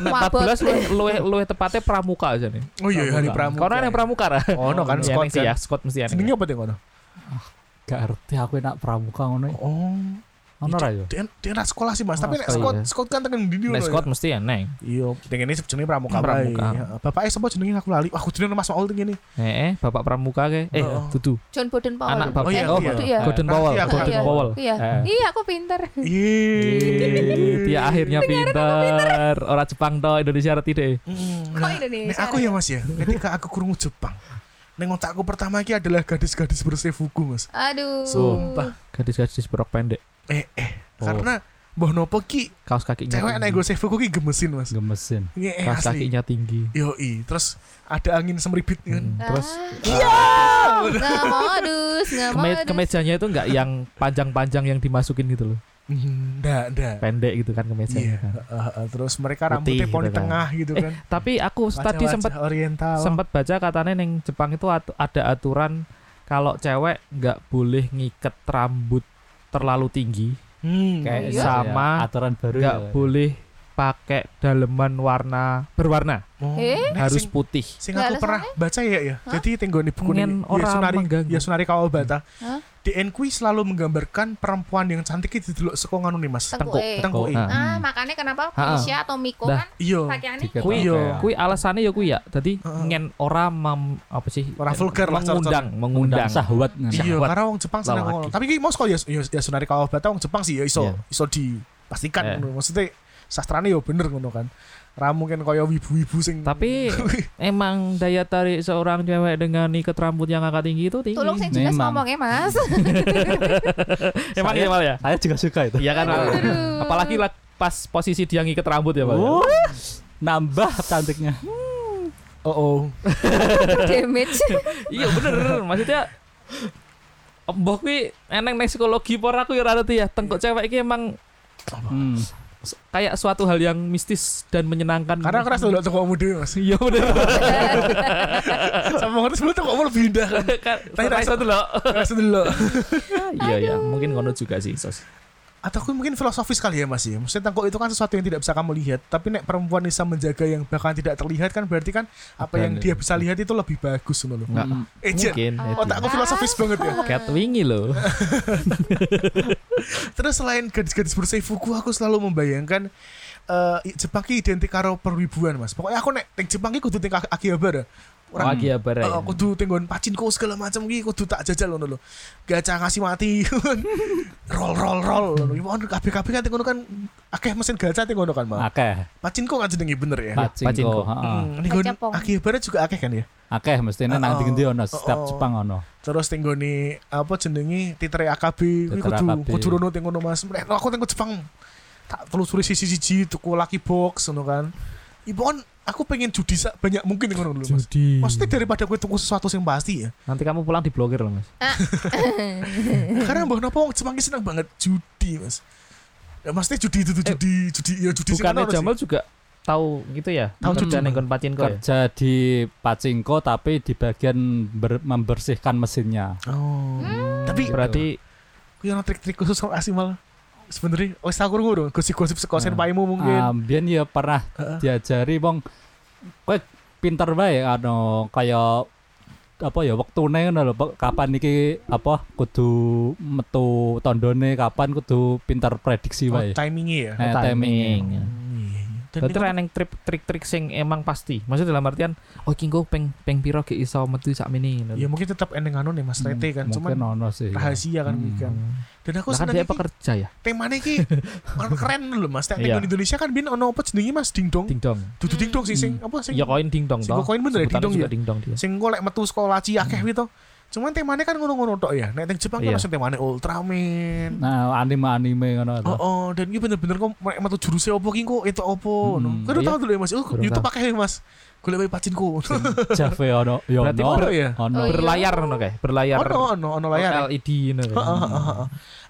luwih luwih luwih tepatnya pramuka aja nih. Oh iya hari pramuka. Karena yang pramuka lah. Ono kan Ya, Scott neng sih ya, kan. Scott mesti ya. Jenenge apa teh ngono? Gak ngerti aku enak pramuka ngono. ya. Oh. Ono ra yo? Dia dia ora sekolah sih Mas, tapi nek Scott sekolah, iya. Scott kan tekan di Nah, Scott mesti ya neng. Iya, dengan ini jenenge pramuka bae. Pramuka. Bapaknya sapa jenenge aku lali. Aku jenenge Mas Maul ngene. Eh, eh, bapak pramuka ke? Eh, Oh. tutu. John Boden Powell. Anak bapak. Oh, iya, Eh, oh, Boden, iya. iya. Gordon Nanti Powell, aku- Gordon Iya. Powell. Iya. Eh. Iya, aku pinter. Iya. Dia akhirnya pinter. Orang Jepang toh Indonesia reti deh. Hmm, Kok nah, Indonesia nek aku ya Mas ya, ketika aku kurungu Jepang. Neng otakku pertama iki adalah gadis-gadis bersefuku Mas. Aduh. Sumpah. Gadis-gadis berok pendek, Eh eh Oh. karena mbah nopo ki kaos kakinya. cewek nek tinggi, nggo sefuku ki gemesin Mas. Gemesin. Iya eh, Kaos asli. kakinya tinggi. Yoi, terus ada angin semeribit kan. Terus Nah. Iya. Nggak modus, nggak keme- modus. kemejanya itu nggak yang panjang-panjang yang dimasukin gitu loh. Hmm, Ndak, ndak. Pendek gitu kan kemejanya. Iya. kan. eh, eh, terus mereka rambutnya Putih poni gitu kan. tengah gitu Eh, kan. Tapi aku tadi Wajah-wajah sempat oriental. sempat baca katanya neng Jepang itu at- ada aturan kalau cewek nggak boleh ngiket rambut terlalu tinggi, Hmm. kayak iya? sama Ya, aturan baru nggak ya. boleh pakai daleman warna berwarna, Oh, Eh? nek harus sing, putih. sing Nggak aku ada pernah baca ya ya. Hah? Jadi tenggo di buku Pengen ini. orang Yasunari, mengganggu. Yasunari Kawabata. Hah? DN kui selalu menggambarkan perempuan yang cantik itu dulu sekolah nganu nih mas. Tengkuk. Tengkuk. Tengkuk. Nah, Ah, makanya kenapa Ha-ha. Misha atau Miko Dah. kan Iya. pakaiannya Tiket Kui- kayak- Kui alasannya ya kui ya, tadi Heeh. ngen ora mem, apa sih? Ora vulgar lah, mengundang, undang mengundang. sahwat Iya. Iya, Syahwat. karena wong Jepang seneng Lawaki. ngono. Tapi ki mau sekolah ya ya- Yasunari Kawabata wong Jepang sih ya iso gitu. Iya. iso dipastikan Iya. ngono. Maksudnya sastrane ya bener ngono kan. Ra mungkin kaya wibu-wibu sing Tapi emang daya tarik seorang cewek dengan ikat rambut yang agak tinggi itu tinggi. Tolong sing jelas Memang. ngomong ya, Mas. Emang ya Saya- mal ya? Saya juga suka itu. Iya kan. Mal? Apalagi lah pas posisi dia ngiket rambut ya mal. ya? Oh, nambah cantiknya. oh oh. Damage. Iya bener maksudnya Mbok kuwi eneng neng psikologi por aku ya ora ngerti ya tengkuk cewek iki emang Hmm. kayak suatu hal yang mistis dan menyenangkan. Karena keras dulu tuh kamu dulu mas. Iya bener. Sama ngerti sebelum tuh kamu lebih indah kan. Kan Tapi rasa rasa- tuh loh. Keras dulu. Iya iya, mungkin ngono juga sih sos. Atau aku mungkin filosofis kali ya mas ya. Maksudnya tengkuk itu kan sesuatu yang tidak bisa kamu lihat. Tapi nek perempuan bisa menjaga yang bahkan tidak terlihat kan berarti kan apa Bukan, yang dia bisa lihat itu lebih bagus ngono loh. Nggak. Hmm. Eh Jen, Mungkin Ah. itu. otakku filosofis banget ya. Catwingy loh. Terus selain gadis-gadis berseifuku aku selalu membayangkan eh Jepang ki identik karo perwibuan mas. Pokoknya aku nek teng Jepang ki kudu teng Ak- Akihabara. Ora- Lagi ya bare. Heeh, kudu tenggon pacinko segala macam ki kudu tak jajal ngono lho. Gacha ngasih mati. roll roll roll. Iwan kabeh-kabeh kan tenggono kan akeh mesin gacha tenggono kan, Mas. Akeh. Pacinko kan jenenge bener ya. Pa- Pacinko. Pacinko. heeh. Hmm, tenggon Gacha pong. Akihabara juga akeh kan ya. Akeh mestinya Oh, nang oh. ndi-ndi ono setiap Oh, oh. Jepang ono. Terus tenggone apa jenenge titre AKB kuwi Titre kudu AKB. kudu rono tenggono Mas. Nek aku tenggo Jepang tak telusuri siji-siji tuku laki box ngono kan. Ibon aku pengen judi sak banyak mungkin ngono lho Mas. Judi. Maksudnya daripada gue tunggu sesuatu yang pasti ya. Nanti kamu pulang diblokir loh mas. Eh. Karena mbah nopo wong Jepang ki seneng banget judi, Mas. Ya maksudnya judi itu tuh judi, judi ya judi sing Eh. Bukannya ngono sih. Jamal juga tahu gitu ya? Tahu kerja juga. neng kon pacinko ya? Kerja di Pacinko tapi di bagian ber- membersihkan mesinnya. Oh. Hmm. Tapi Berarti kuwi ono trik-trik khusus kok asih mal. Sebenarnya wis tak krungu dong, gosip-gosip saka Ah. senpaimu mungkin. Ah. Ambien ya pernah Heeh. diajari wong kowe pinter wae ano kaya apa ya wektune ngono lho Pak. kapan iki apa kudu metu tandane kapan kudu pinter prediksi Oh, wae. timingnya ya. Eh, timing. Hmm, iya, iya. Dan Berarti ini- lah neng trip trik-trik sing emang pasti. Maksudnya dalam artian oh kingko peng peng piro ge iso metu Hmm. sak mini. Ya mungkin tetap eneng anu nih Mas Hmm, Rete kan, cuman Hmm, Mungkin ono sih. rahasia kan Hmm. kan. Dan aku iya. Lah kan seneng dia iki pekerja ya. temane iki orang keren dulu Mas. Nek Iya. tengok di Indonesia kan bin ono apa jenenge Mas dingdong. Dingdong. Dudu dingdong sih sing apa sing Ya koin dingdong sing koin bener ya Sebutannya dingdong ya. juga dingdong dia. Sing golek metu sekolah laci akeh gitu. Cuman temanya kan ngono-ngono tok ya. Nek teng Jepang Hmm. Iya. kan langsung temanya Ultraman. Nah, anime-anime ngono to. Oh, nah. oh, dan ini bener-bener kok mereka metu jurusnya opo ki kok itu opo. Hmm, Kan udah iya. tahu dulu ya Mas. Oh, Kurang YouTube tahu. pakai Mas. Golek wae pacinku. Jave ono, yo Berarti ono. ono ya? Ono. Oh, iya. berlayar ngono kae, berlayar Ono ono ono layar. ya. LED ngono kae. Heeh, heeh, heeh.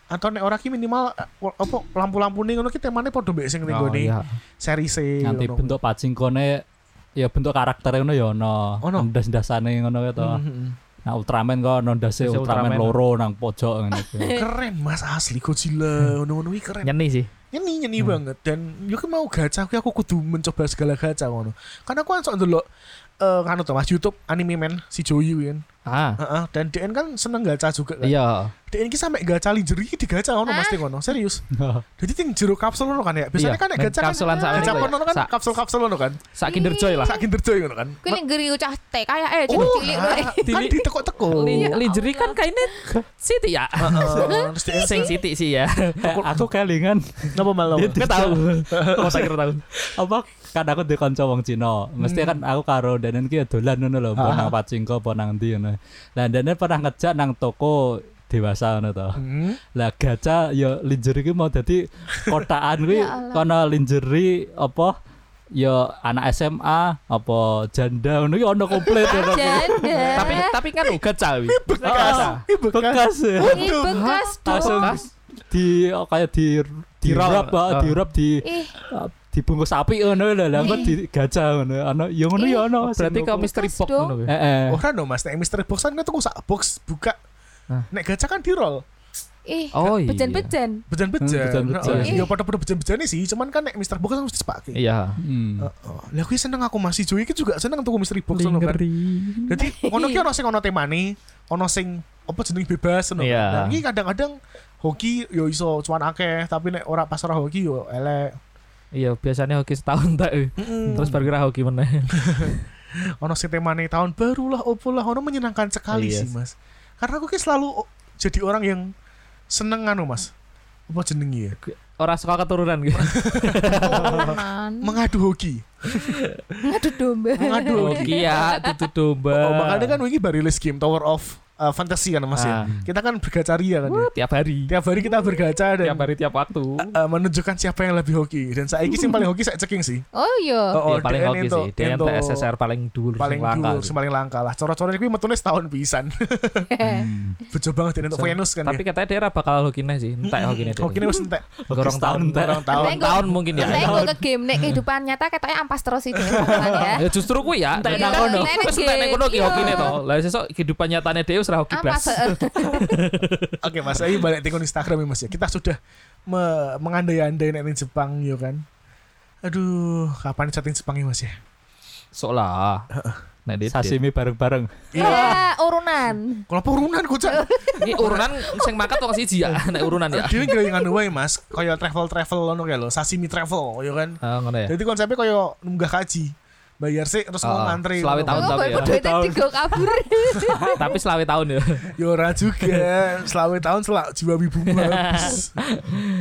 Atau nek ora ki minimal eh, opo lampu-lampu ning ngono ki temane padha mbek sing ning Oh, gone iya. seri se. Nanti bentuk pacingkone ya bentuk karakter ngono ya ono. Ono. Ndas-ndasane ngono ya to. Hmm, Nah, Ultraman kok ono ndase Ndase Ultraman. Ultraman loro nang pojok ngono iku. Keren Mas asli Godzilla. Hmm. Ngono-ngono ki keren. Nyeni sih. nyeni Hmm. nyeni banget dan yo kan mau gacha aku aku kudu mencoba segala gacha ngono karena aku kan sok ndelok eh kan tuh mas YouTube anime man si Joyu kan Ah. Heeh, dan DN kan seneng gacha juga kan Iya. DN ki sampe gacha lingerie di gacha ngono Hah? mas Ting, ngono serius Eh, jadi ting jero kapsul ngono kan ya biasanya Iya, kan nek neng gacha kan kapsulan sak gacha niku ya. pon ngono kan Sak- kapsul kapsul ngono kan Sak Kinder Joy lah. sak Kinder Joy ngono kan Kuwi ning ngeri ucah teh kayak eh Oh, cilik-cilik kowe. kan kan Cilik. ditekuk-tekuk. Li- Heeh, Lingerie kan kainnya Siti ya. Terus DN Sing Siti sih ya. Aku kelingan Napa malah? Dia Kita tahu. Oh, saya kira tahu. apa Mhm. kan aku di kanca wong Cina mesti kan aku karo Danen ki ya dolan ngono lho apa nang pacingko apa nang ndi ngono lah Danen pernah ngejak nang toko dewasa ngono to Hmm? lah gacha ya linjer iki mau dadi kotakan kuwi Ya Allah. kono linjeri apa ya anak SMA apa janda ngono ki ono komplit ya Pak. Janda. Tapi tapi kan uga cawi. Bekas. Ih, bekas. bekas ya. Ih, bekas Ah, langsung dong. di kayak di di Dirol. rap Ah. di rap di Ih, dibungkus sapi ngono lho lah kok di gajah ngono ono ya ngono ya ono sing Berarti kau ngono. misteri Bekas box dong. ngono kae. eh eh Ora no Mas, nek mystery box kan tuku sak box buka. Hah. Nek gacha kan dirol. ih. Oh, iya. Bejan-bejan. bejan-bejan. Hmm, bejan-bejan. Heeh. Ya pada-pada bejan-bejan sih, cuman kan nek Mister Box kan mesti dipakai. Iya. Hmm. Heeh. Lah kuwi seneng aku masih Joy iki juga seneng tuku Mister Box ngono kan. Lingerie. Dadi ngono ki ono sing ono temane, ono sing apa jeneng bebas ngono. Iya. Nah, iki kadang-kadang hoki yo iso cuan akeh, tapi nek ora pas ora hoki yo elek. Iya, biasanya hoki setahun tak. eh. Hmm. Terus baru kira hoki meneh. ono sing temane tahun baru lah opo lah ono menyenangkan sekali Iya sih Mas. Karena aku ki selalu o- jadi orang yang seneng anu Mas. Apa jenenge ya? Orang suka keturunan gitu. Teman. Mengadu hoki. Ngadu domba. Mengadu hoki. Hoki ya, tutu domba. Oh, makanya kan Wiki baru rilis game Tower of uh, Fantasy kan Mas ya. Ah. Kita kan bergacaria kan ya. tiap hari. Tiap hari kita bergaca dan Tiap hari tiap waktu. uh, menunjukkan siapa yang lebih hoki. Dan saya ini sih paling hoki saya ceking sih. Oh iya. ya, paling DN hoki itu- sih. DN DN itu TSSR paling dulu paling dulu, sing paling langka lah. Coro-coro ini metulis tahun pisan. Eh. Oh. Hmm. Bejo banget dan untuk Venus kan Tapi ya. katanya daerah bakal hoki nih sih. Entek hoki nih. Hoki ini wis entek. gorong tahun. setahun, entek. Orang tahun. Entek. Tahun mungkin ya. Saya kok ke game nek kehidupan nyata katanya ampas terus itu ya. Ya justru kuwi ya. Entek Nek nang kan- kono. Terus entek nang kono ki hokine to. Lah sesuk kehidupan nyatane dhewe wis ora hoki blas. Ampas. eh, heeh. Oke Mas, ayo balik tikun Instagram ya Mas ya. Kita sudah me mengandai-andai nek ning Jepang yo kan. Aduh, kapan chatting Jepang ya Mas ya? Sok lah. Nek dit. sashimi bareng-bareng Iya. Ya, urunan. Kalau urunan kocak. Iki urunan sing makat wong siji ya. Nek urunan ya. Dia nggak nganu anu wae mas, kaya travel travel lono kayak lo, sashimi travel, ya kan. Ah, ngono ya. Jadi konsepnya kaya nunggah kaji, bayar sih terus Ah, ngomong antri. selawe ngono. Tahun Oh, tapi baru ya. duitnya digo kabur. Tapi selawe tahun ya. Ya ora juga, selawe tahun selak jiwa wibu habis.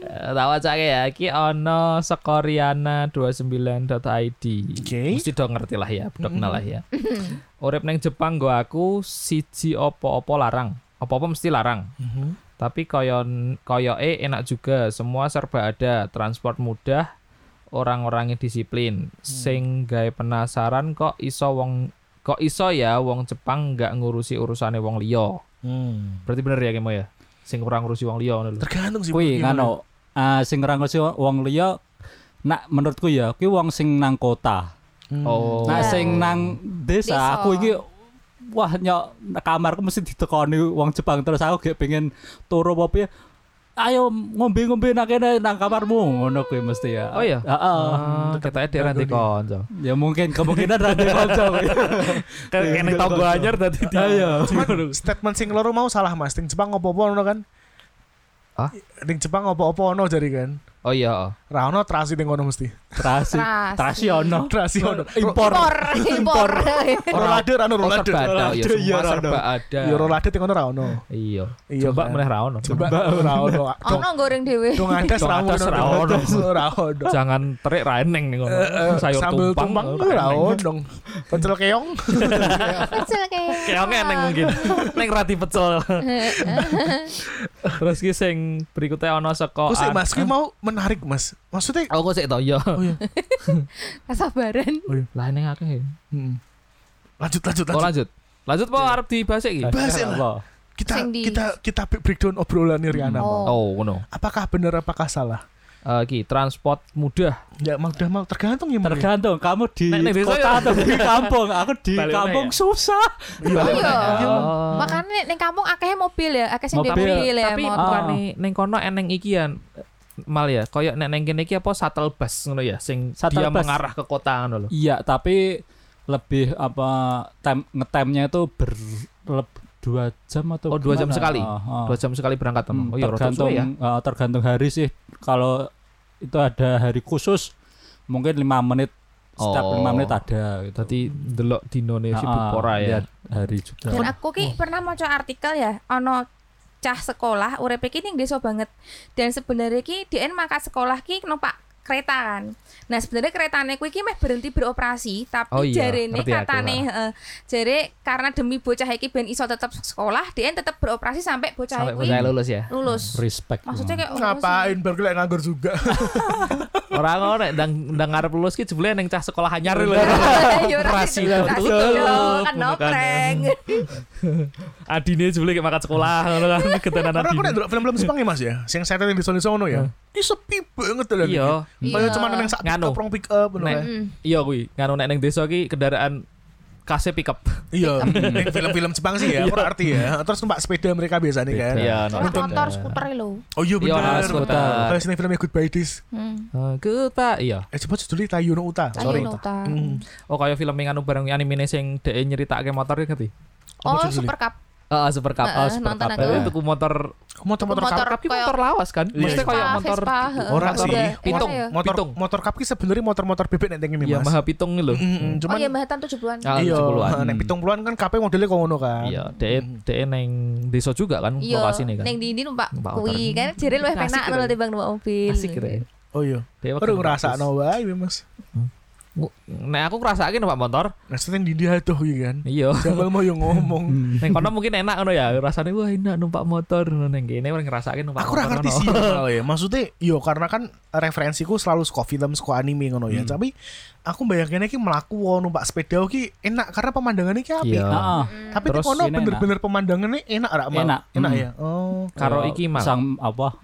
Eh, Tahu aja ya. Iki ono sekoriana29.id. Oke. Mesti do ngerti lah ya, udah kenal lah ya. Urip neng Jepang go aku siji opo-opo larang. Opo-opo mesti larang. Mhm. Tapi koyo koyoke enak juga. Semua serba ada, transport mudah, orang-orangnya disiplin. Sing gawe penasaran kok iso wong kok iso ya wong Jepang nggak ngurusi urusane wong liya. Berarti bener ya Kemo ya? Sing kurang ngurusi wong liya ngono lho. Tergantung sih. kuwi gimana. ngono Ah, sing ngrangkul si wong liya nak menurutku ya kuwi wong sing nang kota Hmm. Oh. nah Iya. sing nang Desa. desa aku iki wah nyok kamarku mesti ditekoni wong Jepang terus aku gak pengen turu apa piye. ayo ngombe-ngombe nang kene nang kamarmu ngono kuwi mesti ya Oh iya? heeh Ah, ketoknya dia nanti konco. Ya mungkin kemungkinan rada kanca. Iya, Kene tonggo anyar dadi Ayo. Cuman statement sing loro mau salah mas, ting Jepang opo-opo ono kan? Hah? Ting Jepang opo-opo ono jadi kan? Oh iya. Ra ono trasi ning kono mesti. Terasi, Terasi. terasi ono. Trasi ono. Impor. Impor, impor. Rolade ra ono Oh, rolade. serba ada, ya Rolade, iya, semua Rono. serba ada. Ya rolade ning kono ra ono. Iya. Iya, Coba kan? meneh ra ono. Coba ra ono. Dong- Ono goreng dhewe. Dong adas ra ono. Dong adas ra ono. Ra ono. Jangan terik ra eneng ning ngono. Sayur Sambel Eh, tumpang. eh, tumpang ra ra ono. eneng. Pecel keong. Pecel kayak. Kayak eneng mungkin. Neng rati pecel. Terus ki sing berikutnya ono saka Kok sih An- Mas ki mau menarik Mas. Maksudnya Oh, kok sik to iya. Kesabaran. Lah eneng akeh. Hmm. Lanjut lanjut lanjut. Oh, lanjut. Lanjut po arep dibahas iki. Bahas ya, Apa? Kita Sing di- kita kita breakdown obrolan Riana. Oh. Oh, ngono. Apakah benar apakah salah? Eh, Ki, transport mudah. Ya mau udah mau tergantung ya. Mas. Tergantung kamu di Nek- nek desa kota ya. atau di kampung. Aku di Balik kampung nek ya. susah. Oh iya. Oh. Makanya ning kampung akeh mobil ya, akeh sing duwe Mobil. mobil ya, tapi motor. bukan nih neng kono eneng iki ya mal ya koyok nek neng kene iki apa shuttle bus ngono ya sing Shuttle dia bus. mengarah ke kota ngono lho Iya, tapi lebih apa tem ngetemnya itu ber leb- dua jam Oh, atau dua jam gimana? sekali? Ah, ah. dua jam sekali berangkat temen Hmm, oh iya rotok tergantung suwe ya eh, tergantung hari sih. Kalau itu ada hari khusus mungkin lima menit setiap Oh. lima menit ada gitu. tadi delok dinone Ah, sibuk ah, ora ya lihat hari juga. Dan aku Oh. ki pernah maca artikel ya, ono cah sekolah urip iki ning desa banget. Dan sebenarnya ki DN maka sekolah ki numpak kereta kan. Nah, sebenarnya keretane kuwi ki meh berhenti beroperasi, tapi Oh iya, jarene ngerti aku, katane heeh, jare karena demi bocah iki ben iso tetap sekolah, DN tetap beroperasi sampai bocah sampai kuwi bocah lulus ya lulus. Respect. Maksudnya kayak oh, Ngapain bergelak nganggur juga. ora ngono nek ndang ndang ngarep lulus ki jebule neng cah sekolah anyar lho Ya ora Operasi sih, betul. tutup, Kan ngono kan. nopreng. Adine jebule kayak makan sekolah ngono kan ketenan Karena aku adine. nek ndelok film-film Jepang ya Mas ya, sing setan yang di sono ya. Ini sepi banget lho. iya Kayak Iya. cuma neng sak Nganu. pick up, rong pick up ngono Nek. ya. Mm. iya kuwi ngono nek neng desa ki kendaraan kase pick up Iya, Nek film-film Jepang sih ya, ora arti ya. Terus numpak sepeda mereka biasanya kan. iya Ora no. motor skuter lho. Oh iya Iya, bener. skuter. Kayak sini filmnya Goodbye This. Hmm. Aku tak iya Eh coba judulnya Tayu no Uta. Ayo Sorry. nota. Hmm. oh kaya film yang anu bareng anime sing dhek nyeritake motor iki ngerti Apa Oh, judulnya? super cup. Heeh, super cup. Heeh, Oh, super nonton cup. aku. Itu tuku motor Kok motor-motor Motor kap tapi kayak- motor lawas kan? Iya, Maksudnya Vespa, kayak motor Vespa, heeh. Ora motor sih. pitung, Ora ya? motor pitung. motor kap ki sebenarnya motor-motor bebek nek ini Ya Iya, Mas. Mm-hmm. maha pitung lho. Mm-mm, Oh iya Cuman Mbah Tan 70-an. Ah, iya, 70-an. nek pitung puluhan kan kape modelnya kok ngono kan. Iya, dhek dhek neng desa juga kan Iya, lokasine kan. Neng Dindi numpak Numpak motor. kuwi kan jere luwih Asik penak kira. lho timbang numpak mobil. Asik kira. ya. E Oh iya. Dhek Baru ngrasakno wae Mas. Nek aku ngrasakake numpak motor, Maksudnya di dia tuh gitu kan. iya. Jabal mau yang ngomong. Neng kono mungkin enak ngono ya, rasane wah enak numpak motor ngono neng kene orang ngrasakake numpak Aku motor. ora ngerti sih hal ya. Maksudnya yo karena kan referensiku selalu saka film, saka anime ngono ya. Tapi aku bayanginnya ki mlaku wae numpak sepeda ki enak karena pemandangannya ki apik. Iya. Ah, ah, Tapi Hmm. Terus Terus kono ini bener-bener pemandangannya enak ra Mal? Enak. Enak Mm. ya. Oh. Karo ya, iki mal. Sang apa?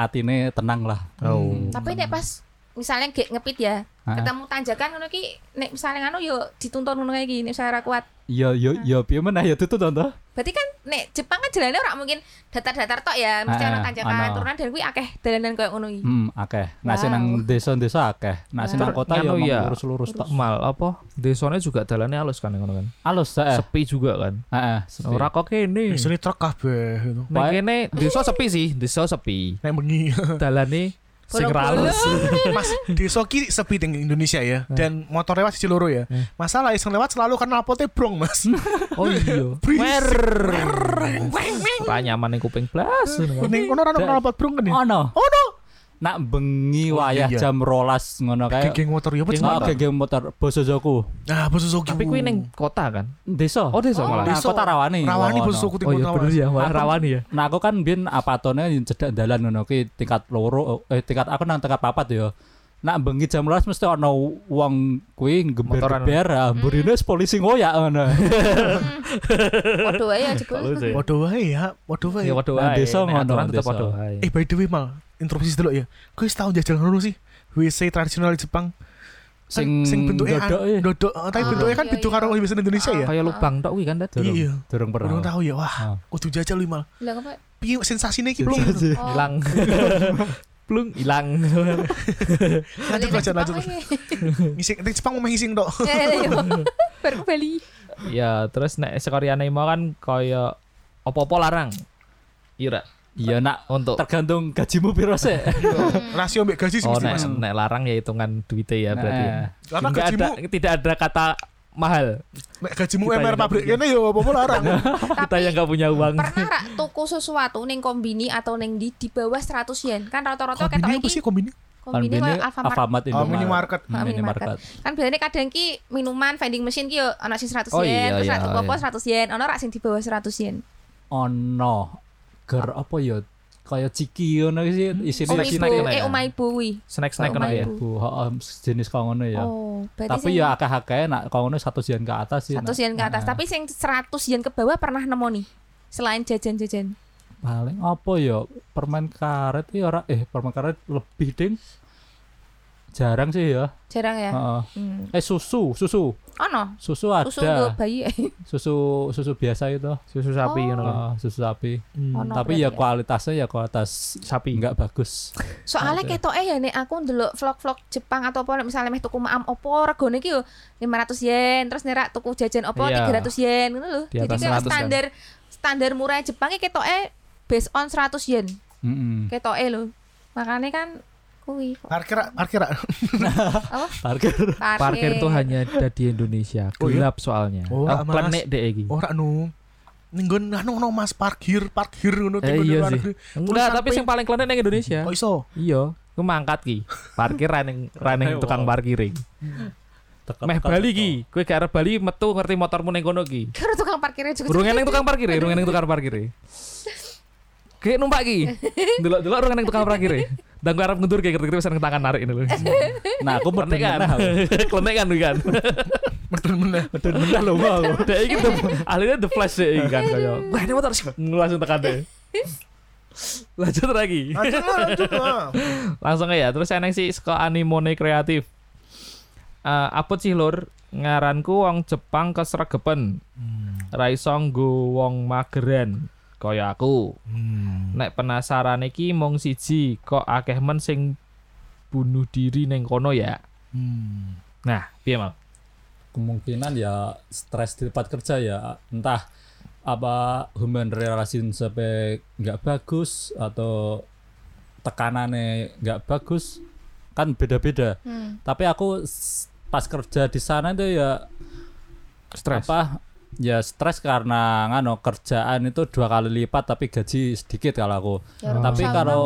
Atine tenang lah. Oh. Hmm, Tapi nek pas misalnya gek ngepit ya, Ah. ketemu tanjakan ngono ki nek misalnya ngono yo dituntun ngono kayak gini, nek saya ora kuat. Yo yo Hmm. yo Iya, piye menah ya tutu to. Berarti kan nek Jepang kan jalannya ora mungkin datar-datar tok ya, mesti Ah, ana ah, tanjakan, ana. turunan dan kuwi akeh dalanan koyo ngono iki. Hmm, akeh. Nah, sing Wow. nang desa-desa akeh. Nah, sing nang Ter- kota nganu yo ya. lurus-lurus tok. Mal apa? Desone juga dalannya halus kan ngono kan. Alus heeh. Sepi juga kan. Heeh. Ora kok kene. Biasanya truk kabeh gitu. Neng Baik. kene desa sepi sih, desa sepi. Nek bengi. Dalane sing Bolong-bolong. ralus. Mas desa ki sepi di Indonesia ya Hmm. dan motor lewat siji loro ya. Eh. Masalah yang lewat selalu karena potnya brong Mas. Oh iya. Berisik. Mer. Ora nyaman ning kuping blas. Ning kono ora kenal pot brong kan ya. Oh no. Oh no. Nak bengi Oh, wayah iya. jam rolas ngono kae. Geng motor ya Oh, pecah. geng motor boso joku. Nah, bos Suzuki. Tapi kuwi ning kota kan. Desa. Oh desa Oh, malah. Nah, desa. kota Rawani. Rawani Wono. bos Suzuki Oh timbun iya bener Rawani. ya, malah Aku- rawani ya. Nah, aku kan biyen apatone yang cedak dalan ngono ki tingkat loro eh tingkat aku nang tingkat papat ya. Nak bengi jam rolas mesti ono wong kuwi Motoran. geber-geber, ah, mburine polisi ngoyak ngono. Padha wae ya jebul. Waduh wae ya, waduh wae. Ya padha Nah, wae. desa Nek ngono, aturan tetep desa. padha wae. Eh by the way mal, interupsi dulu ya. Kau setahun jajal ngono sih. WC tradisional Jepang Kan Sing sing bentuknya dodok ya. an- dodok, eh, tapi Ah, bentuknya kan iya, beda iya. karo WC Indonesia ya. Kayak lubang tok kuwi kan dad. Durung- Iya. Durung pernah. Belum tahu ya. Ah. Wah, kudu jajal lu mal. Lah kok Piye sensasine iki Belum. piye? Oh. Hilang. Plung hilang. Oh, Lanjut lanjut lanjut. Ngising ning Jepang mau ngising tok. Iya, Baru Bali. Ya terus nek sekoriane mau kan kaya apa-apa larang. Iya. Ra? Iya nak untuk tergantung gajimu piro sih. Rasio mbek gaji sih oh mesti nek, Mas. nek larang ya hitungan duitnya ya berarti. Nah, Karena Nggak gajimu ada, tidak ada kata mahal. nek gajimu Kita MR yang pabrik nggak kene yo apa-apa larang. Kita yang nggak punya uang. pernah rak tuku sesuatu neng kombini atau neng di di bawah 100 yen kan rata-rata Kombini ketok apa sih iki kombini? kombini kan koyo bini Alfamart Oh, Indomaret. minimarket. Hmm, Ah, minimarket. kan biasanya kadang ki minuman vending machine ki yo ana sing 100 Oh, yen iya, terus iya, rak tuku apa iya. 100 yen ana rak sing di bawah 100 yen Ono Oh, ger apa ya kayak ciki ngono iki sih isine Snack- Umaibu snack kena ya? eh umaibu kuwi Snack-snack Oh, kena ya. Ibu. Bu, heeh, sejenis kaya ngono ya. oh berarti Tapi sing ya akeh-akeh nak kaya ngono satu yen ke atas sih. 100 nak. yen ke atas Nah, tapi sing 100 yen ke bawah pernah nemu nih selain jajan-jajan paling apa ya permen karet ya ora eh permen karet lebih ding jarang sih ya. jarang ya Heeh. hmm. Eh susu, susu, oh no susu susu untuk ada. bayi Susu susu biasa itu. Susu sapi Oh. ngono lho. Heeh, susu sapi. Hmm. Oh, no, Tapi ya berarti kualitasnya ya kualitas Sapi. enggak bagus. soalnya Ada. ketoke ya nek aku ndelok vlog-vlog Jepang atau apa misalnya meh tuku maam opo regane iki yo 500 yen terus nek rak tuku jajan opo Iya. 300 yen ngono lho Di jadi atas 100 kayak kan. standar standar murah Jepang iki ketoke based on 100 yen Heeh. ketoke lho makanya kan kuwi Ah, kok. Parkir, rak, parkir. ah. rak. apa Parkir. Parkir itu hanya ada di Indonesia. Oh, iya? Gelap soalnya. Oh, Ah, Mas. Oh, Penek dek iki. Ora nu. Ning nggon anu ngono Mas parkir, parkir ngono Eh, tengok di iya luar sih. negeri. Enggak, Tulisan Oh, tapi pink. sing paling klenek nang Indonesia. Kok iso? Iya, ku mangkat ki. Parkir raneng raneng tukang parkir. e. Tekep- Meh tekep- Bali tekep. ki, kowe gak arep Bali metu ngerti motormu ning kono ki. karo tukang parkirnya juga Urung eneng tukang parkir, urung eneng tukang parkir. Ki numpak ki. Delok-delok urung eneng tukang parkir. ya. Dan gue harap ngedur kayak ngerti pesan tangan narik ini loh. Nah, aku Klenek merdeka. kan. Klenek kan kan. Medun meneh. Medun bener lho mau. Dek iki the, ahlinya the flash deh iki kan kayak. Wah, ini motor sih. Langsung tekan deh. Lanjut lagi. Lanjut lah, lanjut lah. langsung aja ya terus eneng sih saka animone kreatif Eh apa sih lur ngaranku wong Jepang kesregepen raiso nggo wong mageran kaya aku Hmm, nek penasaran iki mung siji kok akeh men sing bunuh diri neng kono ya hmm. nah piye mal Kemungkinan ya stres di tempat kerja ya entah apa human relationship nggak bagus atau tekanannya nggak bagus kan beda-beda. Hmm. Tapi aku s- pas kerja di sana itu ya stres apa ya stres karena ngano kerjaan itu dua kali lipat tapi gaji sedikit kalau aku. Ya, orang tapi sauna. kalau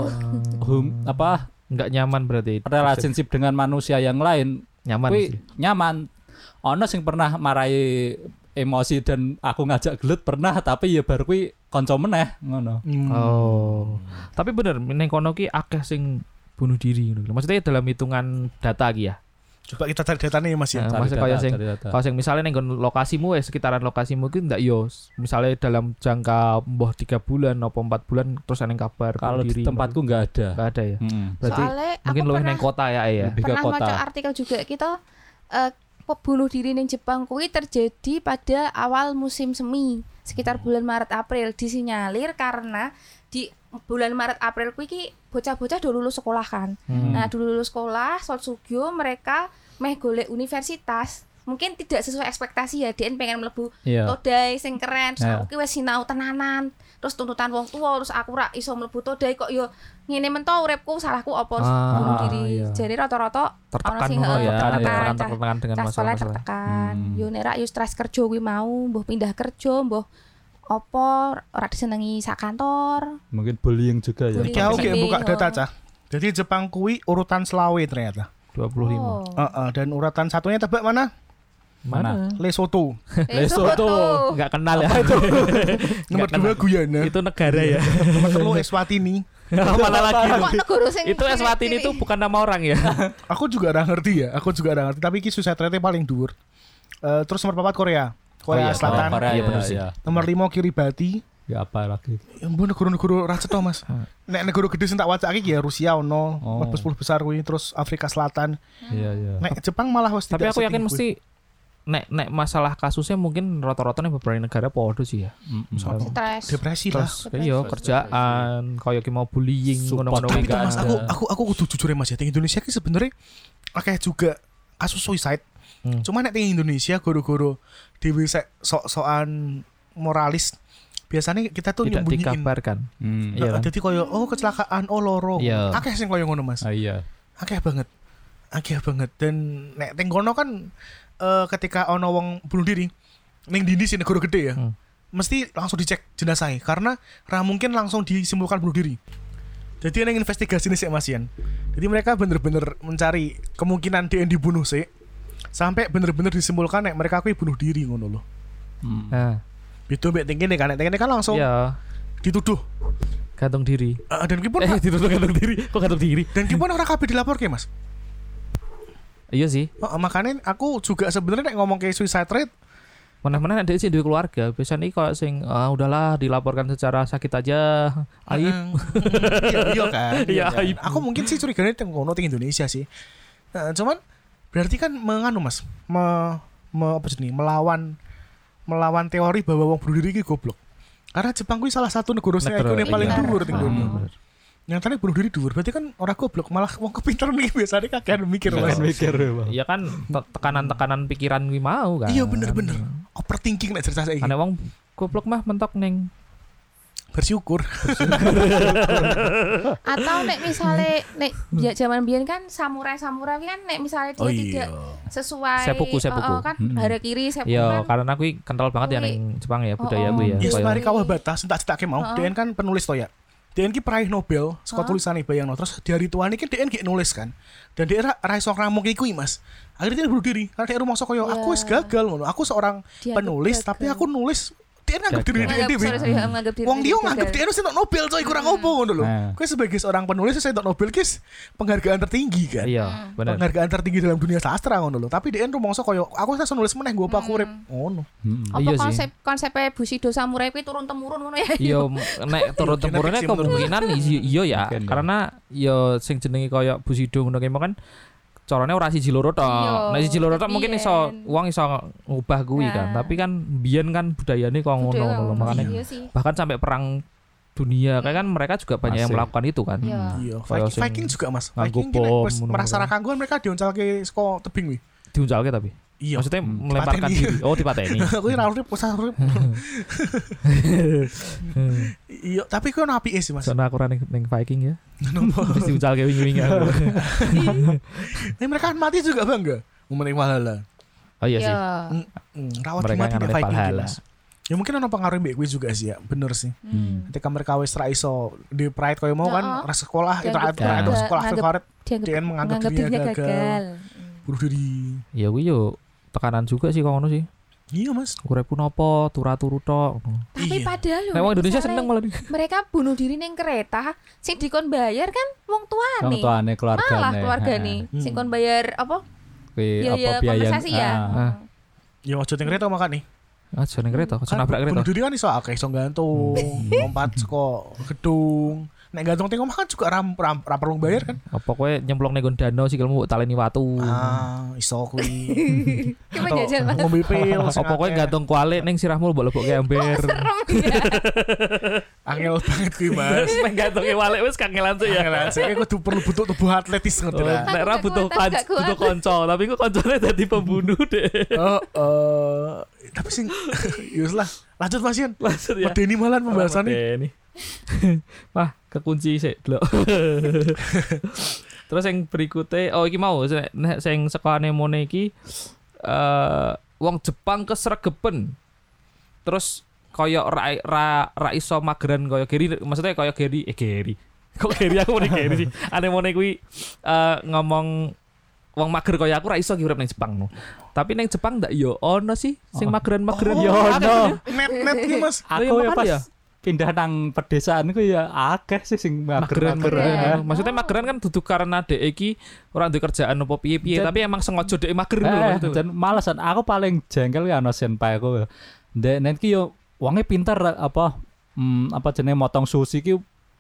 hum, apa nggak nyaman berarti relationship dengan manusia yang lain nyaman Kui sih. nyaman. Ono sing pernah marahi emosi dan aku ngajak gelut pernah tapi ya baru kui konco meneh ngono. oh tapi bener neng kono ki akeh sing bunuh diri ngono. maksudnya dalam hitungan data ki ya Coba kita cari datanya ya Mas ya. Nah, Cari maksudnya data, kayak sing cari data. Kalau sing misalnya neng nggon lokasimu eh sekitaran lokasimu ki ndak yo misalnya dalam jangka mbah 3 bulan apa 4 bulan terus eneng kabar Kalau bunuh di diri, tempatku nggak ada. Hmm. nggak ada ya. Mm-mm. Berarti soalnya aku mungkin luwih pernah neng kota ya ya. Lebih ke pernah kota. maca artikel juga kita eh pembunuh diri di Jepang kui terjadi pada awal musim semi sekitar Hmm. bulan Maret April disinyalir karena di bulan Maret April kui ki bocah-bocah dulu lulus sekolah kan Hmm. Hmm. nah dulu lulus sekolah sotsugyo mereka meh golek universitas mungkin tidak sesuai ekspektasi ya Dien pengen melebu Iya. todai sing keren terus Iya. aku ki wes sinau tenanan terus tuntutan wong tua terus aku rak iso mlebu todai kok yo ngene men to uripku salahku apa terus Ah, bunuh diri iya. jadi rata-rata tertekan Orang sing, ngono eh, ya, tertekan, tertekan cah- tertekan dengan cah sekolah masalah-masalah. tertekan Hmm. yo nek rak yo stres kerja kuwi mau mbuh pindah kerja mbuh opo ora disenengi sak kantor Mungkin bullying juga ya. Bullying. Iki aku Iya. kayak buka Iya. data cah. Jadi Jepang kui urutan selawe ternyata. 25. Oh. Hmm. Heeh, dan urutan satunya tebak mana? Mana? Lesotho. Lesotho. Enggak kenal ya. Nomor Nggak dua kenal. Guyana. Itu negara ya. Nomor telu Eswatini. Malah lagi. Kok negara sing Itu Eswatini itu bukan nama orang ya. Aku juga ora ngerti ya. Aku juga ora ngerti. Tapi iki susah ternyata paling dhuwur. Eh, terus nomor papat Korea. Korea Oh, iya, Selatan. Korea, Iya, ya, bener sih. ya. Nomor lima Kiribati. Ya apa lagi? Hmm. Ya ampun negara-negara ra cetok, Mas. Hmm. Nek negara gede sing tak wacake iki ya Rusia ono, oh. Oh. 10 besar kuwi terus Afrika Selatan. Iya iya. Nek Jepang malah wis Tapi tidak aku yakin setinggi kuwi. mesti nek nek masalah kasusnya mungkin rata-rata nih beberapa negara podo sih ya. Mm-mm. Soalnya stres depresi lah. terus iya kerjaan kayak ki mau bullying Support ngono-ngono Tapi kan. Tapi tuh nggak mas, ada. aku aku aku kudu jujur ya mas ya. Di Indonesia ki sebenarnya akeh juga kasus suicide. Hmm. Cuma nek di Indonesia goro-goro dewi sok-sokan moralis biasanya kita tuh tidak nyembunyiin. dikabarkan. Hmm. Iya Heeh, kan? Jadi koyo oh kecelakaan, oh loro. Iya. Akeh sing koyo ngono, Mas. Ah, iya. Akeh banget. Akeh banget dan nek teng kono kan eh, ketika ono wong bunuh diri ning dindi sing negara gede ya. Hmm. Mesti langsung dicek jenazahnya karena ra mungkin langsung disimpulkan bunuh diri. Jadi yang investigasi ini sih Mas Ian. Jadi mereka bener-bener mencari kemungkinan dia yang dibunuh sih. Sampai bener-bener disimpulkan nek mereka kuwi bunuh diri ngono loh. Hmm. Nah, Itu mbek tinggi nih kan, nek tinggi kan langsung iya, dituduh. gantung diri. Eh, dan kipun Eh, ditutup gantung diri. Kok gantung diri? dan kipun orang kabeh dilaporke Mas. Iya sih. Oh, makanya aku juga sebenarnya nek ngomong kayak suicide rate Mana-mana ada sih duwe keluarga. Biasanya kok sing ah, udahlah dilaporkan secara sakit aja. Aib. eh, iya, iya kan. Iya, Iya, kan. aib. Aku mungkin sih curiganya teng kono teng Indonesia sih. Nah, cuman berarti kan menganu Mas, me, me- apa sih ini, melawan melawan teori bahwa wong bunuh diri iki goblok. Karena Jepang kuwi salah satu negara sing Negara, yang paling iya. dhuwur teng Hmm, dunia. bener. Nyatane bunuh diri dhuwur, berarti kan orang goblok malah wong kepinter nih biasanya kakean mikir Mas. mikir Bang. Iya kan te- tekanan-tekanan pikiran gue mau kan. Iya bener-bener overthinking nek cerita saiki. Karena wong goblok mah mentok neng Bersyukur. Atau nek misalnya nek ya zaman biyen kan samurai-samurai kan nek misalnya Oh, dia tidak iya. sesuai Seppuku, seppuku. Oh, oh, kan Mm-mm. harakiri seppuku Iya, kan. karena aku kental banget ya neng Jepang ya Oh, budaya oh. gue ya. Ya Kayak- mari kawah batas tak cetaknya mau. Heeh. Dn kan penulis toh ya. Dn ki peraih Nobel, saka Heeh. tulisane bayangno. Terus dari tuane ki Dn ki nulis kan. Dan dia ra ra iso ngramung ki kuwi, Mas. Akhirnya dia bunuh diri. Karena dia rumangsa koyo Iya. aku wis gagal ngono. Aku seorang Dianggap penulis gagal. tapi aku nulis Dn nganggep Gagal. diri Dn Nganggap- dhewe. sorry, sorry, nganggap diri Wong dia dia nganggep gagal. Dn wis entuk Nobel coy, kurang opo ngono lho. Nah. Kowe sebagai seorang penulis wis entuk Nobel ki penghargaan tertinggi kan. Nah. Iya, bener. Penghargaan tertinggi dalam dunia sastra ngono lho. Tapi Dn rumangsa koyo aku wis iso nulis meneh gua apa aku urip Mm. ngono. Hmm. apa Iya sih. konsep konsepnya bushido samurai kuwi turun temurun ngono ya Iya, m- nek turun Genetik temurunnya sih menurut kemungkinan iya iya ya, Mungkin ya. karena ya sing jenenge koyo busido ngono ki mau kan carane ora siji loro tok. Iya, Nek siji loro tok tapi mungkin yen. iso wong iso ngubah kuwi kan, Nah. tapi kan biyen kan budayane kok ngono Budaya ngono ngono. makane iya sih bahkan sampai perang dunia kayak kan mereka juga banyak yang Masih. melakukan itu kan. Iya. Iya, Kayak Viking, sing Viking juga mas. nganggo Viking kira bom, wis ngono-ngono. merasa ra kangguan mereka dioncelke saka tebing wi. Diunjalke tapi. Iya. Maksudnya Hmm. melemparkan Dipateni. diri. Oh, dipateni. Aku ora urip pusat urip. Iya, tapi kuwi ono apike sih mas. Soalnya Hmm. aku running ning Viking ya. Nopo? Terus diunjalke wingi-wingi. aku. Nih mereka kan mati juga bangga. Memening Valhalla. Oh iya sih. Hmm, Rawat Mereka kan mati yang nek memening Viking iki, Valhalla. mas. Ya mungkin ono pengaruh mbek kuwi juga sih ya, bener sih. Hmm. Ketika mereka wis ra iso di pride koyo mau kan, Heeh. ras sekolah, itu ra Dianggap ra- itu gagal. sekolah Nganggep- favorit, dia dia menganggap menganggap dirinya dirinya gagal, gagal bunuh diri. Ya kuwi yo tekanan juga sih kok ngono sih. Iya mas. Uripku nopo, turu-turu tok. Iya. tapi padahal loh Nek wong nek Indonesia misalnya seneng malah. mereka bunuh diri neng kereta sing dikon bayar kan wong tua nih Wong tuane keluargane. malah keluarga nih Hmm. sing kon bayar apa Kuwi apa biaya biaya? kompensasi ya Ah. Ah. Ya ojo teng kereta makan nih. Aja ning Ah, kereta, aja Kan nabrak kereta. Bunuh diri kan iso akeh iso gantung, lompat saka gedung. Nek gantung teng omah kan juga ram ram, ram perlu bayar kan. Apa kowe nyemplung ning nggon danau sikilmu mbok taleni watu. Ah, iso kuwi. cuma Atau- jajal mas Ngombe pil sing Apa kowe akeh. gantung kualik ning sirahmu mbok lebokke ember. serem ya Angel banget kuwi, Mas. Nek gantunge walik wis kangelan Iya. sih ya. Angel saya kudu perlu butuh tubuh atletis ngono Oh, lah. Nek ra butuh kan- Kekuatan, kekuatan. butuh konco, tapi kok koncone dadi pembunuh deh. Oh, eh, tapi sing yus lah. Lanjut Mas Yan. Maksud Iya. ya. Medeni malan pembahasannya. Medeni. Wah, kekunci sik delok. Terus yang berikutnya, oh iki mau se- nek sing sekane mone iki eh wong Jepang kesregepen. Terus koyo ra ra, ra iso mageran koyo Geri, maksudnya koyo Geri, eh Geri. Kok Geri aku muni Geri sih. Anemone kuwi eh ngomong wong mager koyo aku ra iso ki urip ning Jepang no. Tapi ning Jepang ndak yo ono sih sing mageran-mageran yo ono. Net-net ki Mas. Iya, Aku ya makan pas ya. pindah nang pedesaan ku ya akeh sih sing mageran mageran ya. ya. maksudnya mageran kan duduk karena dek iki orang di kerjaan apa piye piye Dan- tapi emang sengaja dek mager lho Eh, maksudnya. dan malesan aku paling jengkel ya ono senpai aku. Dek nek ki yo wonge pinter apa hmm, apa jenenge motong sushi Eh. ki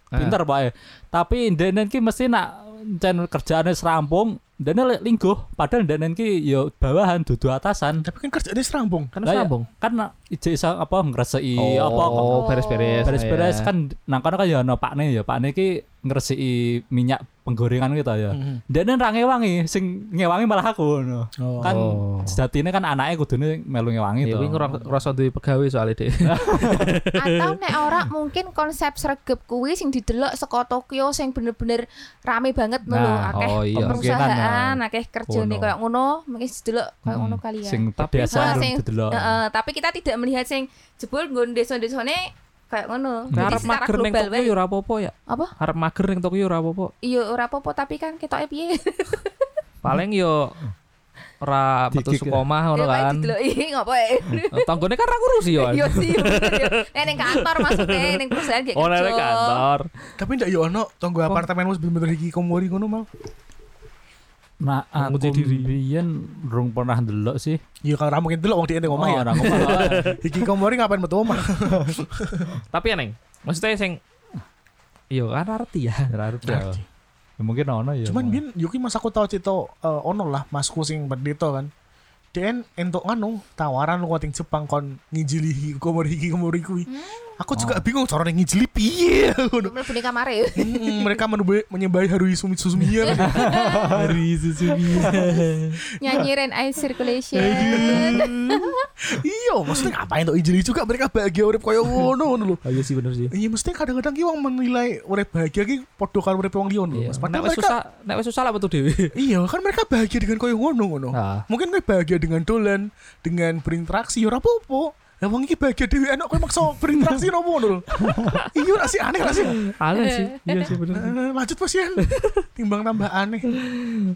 pinter Pak. Tapi dek nek ki mesti nak jan kerjaane serampung dana lek lingguh padahal dana ki yo bawahan dudu atasan Tapi kan kerjanya serambung. Kan Lah, ya, sambung. kan ije isa apa ngresiki apa oh, beres-beres. beres-beres ya. kan nang kono kan ya ono pakne ya pakne ki ngresiki minyak penggorengan gitu ya. Mhm. Dene ra ngewangi, sing ngewangi malah aku ngono. Oh. Kan Oh. sejatine kan anaknya kudune melu ngewangi Ya to. kuwi ngero- ngerasa duwe pegawai soalnya deh. atau nek ora mungkin konsep sregep kuwi sing didelok saka Tokyo sing bener-bener rame banget ngono lho Nah, akeh oh iya. Kemungkinan, perusahaan nah. akeh kerjane Ngono. koyo ngono mungkin didelok koyo ngono Mm, kali ya Sing Tapi pedesaan Nah, durung sing- didelok. Heeh, tapi kita tidak melihat sing jebul nggon desa-desane kayak Nah, ngono jadi Arep secara mager ning global Tokyo wae ya ora apa-apa ya. apa Arep mager ning Tokyo ya ora apa-apa. iya ora apa-apa tapi kan ketoke piye Paling yo ora metu Dikik, saka omah ngono Ya, wae kan. dideloki ngopo ae Tanggone kan ra ngurusi yo. Iya sih, bener ya. Nek ning kantor maksudnya, ning perusahaan kayak gitu. Oh, nang kerja. kantor. Tapi ndak yo ono tonggo apartemenmu bener-bener iki komori ngono mal. Nah, aku Menguji diri. biyen durung pernah ndelok sih. Ya kan ra mungkin delok wong dhek ning omah Oh, ya. ra ngomah. Iki komori ngapain metu omah? Tapi ya neng, maksudnya sing Iya kan arti ya. Ra arep ya. Ya, Mungkin ono ya. Cuman bin Yuki mas aku tau cito eh, ono lah masku sing pendeta kan. Dan entuk anu tawaran lu kuating Jepang kon ngijili hiki- komori hiki komori kui. Hmm. Aku juga bingung caranya ngijili piye ngono. Mlebu ning kamare. ya. Mm, mereka menubah- menyembahi Haruhi Sumi Susumiya kan. Hari susu Nyanyi Rain Eye Circulation. Aduh. Iya, maksudnya ngapain tuh ijili juga mereka bahagia urip koyo ngono ngono lho. Ayo sih bener sih. Iya, mesti kadang-kadang ki wong menilai urip bahagia ki padha karo urip wong liya lho. Mas. Iya. Nek Padahal wis mereka susah, nek wis susah lah metu dhewe. Iya, kan mereka bahagia dengan koyo ngono ngono. Ah. Nah, mungkin kowe bahagia dengan dolan dengan berinteraksi ya ora apa-apa ya wong iki bahagia dhewe enak kowe maksa berinteraksi nopo ngono lho iya ora sih aneh ora sih aneh sih. Iya sih bener. Eh, lanjut pasien timbang tambah aneh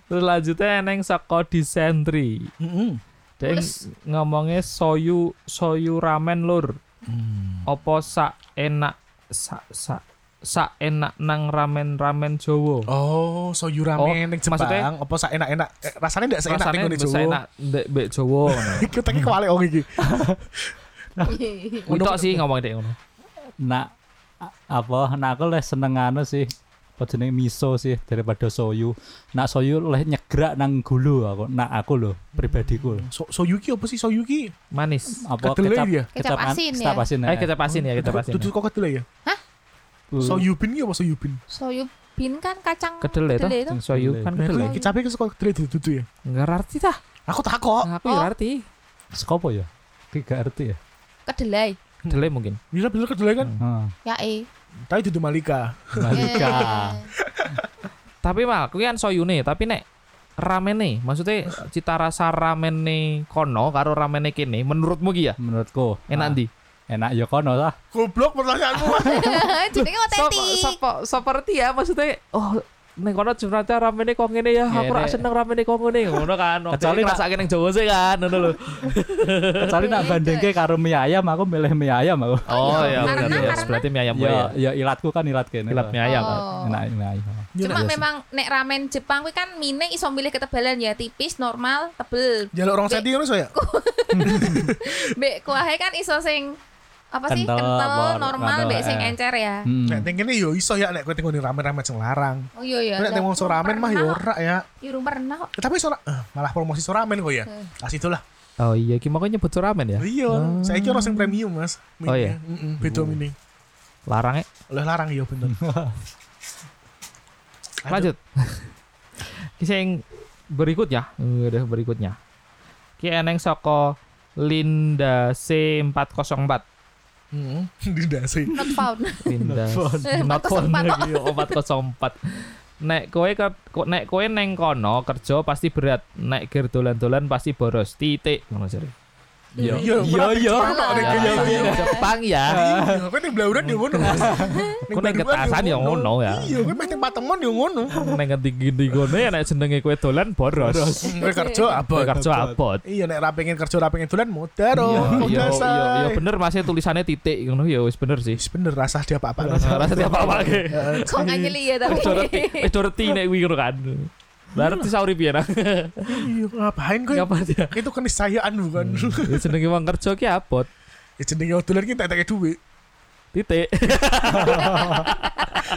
Terus lanjutnya neng saka disentri. Heeh. Deng Terus? ngomongnya soyu soyu ramen lur. Hmm. Opo sak enak sak sak sak enak nang ramen ramen Jawa. oh soyu ramen ning maksudnya- Jepang apa sak enak-enak Eh, rasanya ndak seenak ning Rasane ngene bisa Jawa enak ndek mbek Jawa ngono. iki teki kewale wong iki Utok sih ngomong dek ngono. nak apa nak aku leh seneng anu sih apa jenenge miso sih daripada soyu nak soyu leh nyegrak nang gulu aku nak aku loh pribadiku lho. So- soyu ki apa sih soyu ki Manis. apa Kedelai kecap dia? Kecap an- asin ya? kecap asin Eh kita pasin ya, kita pasin. Dudu kok kedele ya Aku- soyu bin ki apa soyu bin Soyu bin kan kacang Kedele toh, Kedele toh. soyu kan Nah, kedele. aku kecape ki suka kedele dudu ya Enggak arti tah. aku takok Aku ya arti. sekopo ya tiga arti ya Kedelai. Kedele mungkin. Mira bener kedele kan Heeh. Ya eh. tapi dudu malika Iya. Malika Tapi mal, kuwi kan soyune, tapi nek ramene, maksudnya cita rasa ramene kono karo ramene kene menurutmu ki ya? menurutku Enak ndi? Ah, enak ya kono lah goblok pertanyaanmu Jenenge otentik. Sopo seperti ya maksudnya oh ning kono jumlahnya ramene kok ngene ya, aku Ngene. ora seneng ramene kok ngene ngono kan. Kecuali Kecuali rasake ning Jawa sih kan, ngono lho. kecuali nak bandingke karo mie ayam aku milih mie ayam aku Oh iya, Karena- berarti ya, karena- berarti mie ayam gue ya. ya ya ilatku kan ilat kene Kilat mie ayam. Oh. enak mie ayam Cuma Iya sih. memang nek ramen Jepang kuwi kan mine iso milih ketebalan ya, tipis, normal, tebel. Jaluk orang Be- senti ngono ya? saya. Mbek kuahe kan iso sing apa sih? Kental, Kental, bor- normal, kental, mbek sing eh. encer ya. Hmm. Nek teng kene yo iso ya nek kowe tengok ramen-ramen sing larang. Oh iya ya. Kowe Nek Lah, teng wong urung ramen mah pernah yo kok. ora ya. Ya, urung pernah kok. Eh, Tapi sora eh, malah promosi soramen kok ya. Lah situlah. Oh iya, ki makanya nyebut ramen ya. Iya, saiki ono sing premium, Mas. Oh, iya? Heeh, beda mini. Larangnya Oleh larang yo bener. lanjut kisah yang berikutnya Eh, udah berikutnya ki eneng soko Linda C404 Heeh, didasi. Not found. Linda Eh, not 404 phone kok. lagi, oh, 404 nek kowe ke, ko- nek kowe neng kono kerja pasti berat nek ger dolan-dolan pasti boros titik ngono jare Yo, Iya, yo, berarti yo. Jepang kok, nek Ya, kaya rasanya ngono. Jepang ya Iya, kowe ning Blauran yo ngono. Mas. Ning Kowe ning Blauran Getasan yo ngono ya. Iya, kowe meh ning Patemon yo ngono. nek ngendi-ngendi ngene ya nek jenenge kowe dolan boros Kowe kerja Kowe abot. kerja abot Iya, nek ra pengen kerja ra pengen dolan modar. oh, Iya, dasar. iya, iya, bener masih tulisannya titik ngono ya wis bener sih. Wis bener rasah dia apa-apa. Rasa tiap apa ke? Kok nggak nyeli ya tapi. Wis doreti Eh, nek kuwi ngono kan. Berarti sauri piye nah. Iya, ngapain kowe? Ngapa dia? Itu Hmm. keniscayaan bukan. Ya jenenge wong kerja ki abot. ya jenenge dolan ki tak duit. titik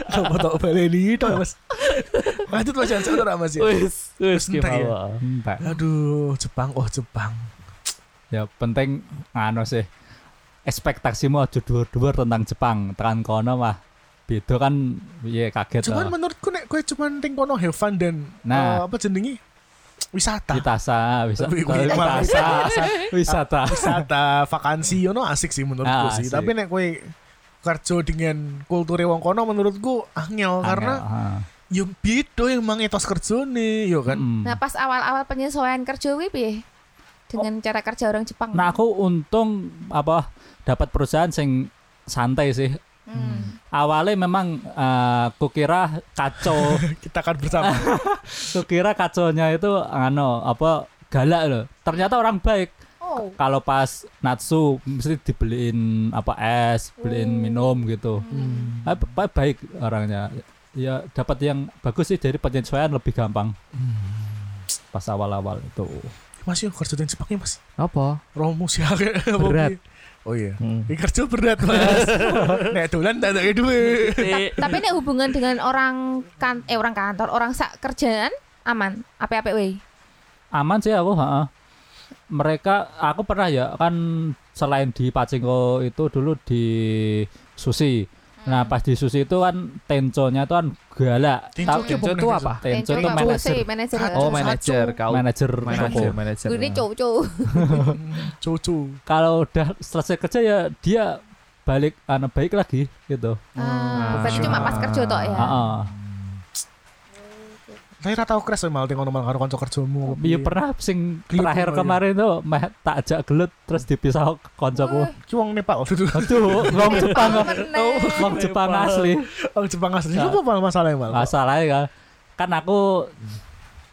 Coba tau baleni itu mas. Nah. Lanjut mas Jansen ora mas ya. wis wis Entek ya. kepala Entek. Aduh Jepang oh Jepang. Ya penting ngono sih. Ekspektasimu aja dhuwur-dhuwur tentang Jepang. Tekan kono mah beda kan ya kaget Cuman lah. menurutku nek kowe cuman ning kono have fun dan eh, Nah. apa jenengi wisata. Ditasa, bisa Wih, wih, ditasa, wisata. Wisata vakansi yono asik sih menurutku Ah, sih. asik. Tapi nek kowe kerja dengan kulture wong kono menurutku angel karena Iya, yo beda yang mangetos kerjane yo kan. Hmm. Nah pas awal-awal penyesuaian kerja gue piye? Dengan cara kerja orang Jepang. Nah aku untung apa dapat perusahaan sing santai sih. Hmm. Awalnya memang eh, kukira kacau, Kita akan bersama. kukira kaconya itu ano apa galak loh. Ternyata orang baik. Oh. Kalau pas Natsu mesti dibeliin apa es, beliin minum gitu. Eh, ba- baik orangnya. Ya dapat yang bagus sih dari penyesuaian lebih gampang. Pas awal-awal itu. Mas yo kerja dengan Jepang ya mas. Apa? Romo sih akeh. Apa Berat. piye? Oh iya. Hmm. Ini kerja berat mas. nek dolan tak ada duit. Titik. Tapi nek hubungan dengan orang kan eh orang kantor, orang sak kerjaan aman, apa-apa we. aman sih aku ha. mereka aku pernah ya kan selain di Pacingko itu dulu di sushi nah pas di sushi itu kan tenconya itu kan galak Tenco Tau- ki- Kenzo itu apa? tenco itu manajer manajer. Satu. Oh, manajer kau. manajer toko. Manajer, manajer. ya. Gue cowok Cucu. kalau udah selesai kerja ya dia balik anak baik lagi gitu Ah, berarti cuma pas kerja tok ya. Heeh. Tapi ra tau crash mal tengok nomor karo kanca kerjamu. Iya. ya pernah sing Keliru terakhir kemarin. kemarin tuh meh tak ajak gelut terus dipisah koncoku Ki wong Nepal dulu. aduh wong Jepang Oh, Meneh. wong Jepang Nepal. asli Oh Jepang asli. Nah. Itu apa masalahnya mal? masalahnya kan kan aku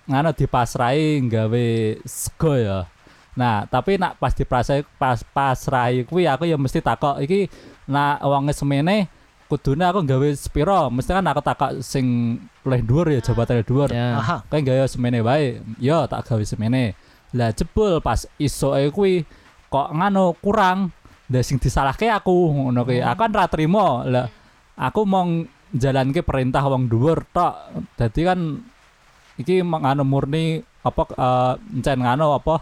ngano dipasrai nggawe sego ya nah tapi nak pas dipasrai pas pasrai kuwi aku ya mesti takok iki nak wonge semene kudune aku nggawe sepiro mesti kan aku takok sing luwih dhuwur ya jabatannya dhuwur Ya. Aha. kan gawe semene wae yo tak gawe semene lah jebul pas isoke kuwi kok ngano kurang lah sing disalahke aku ngono kuwi aku kan ra trimo lah aku mau jalanke perintah wong dhuwur tok dadi kan iki mangano murni apa eh, encen ngano apa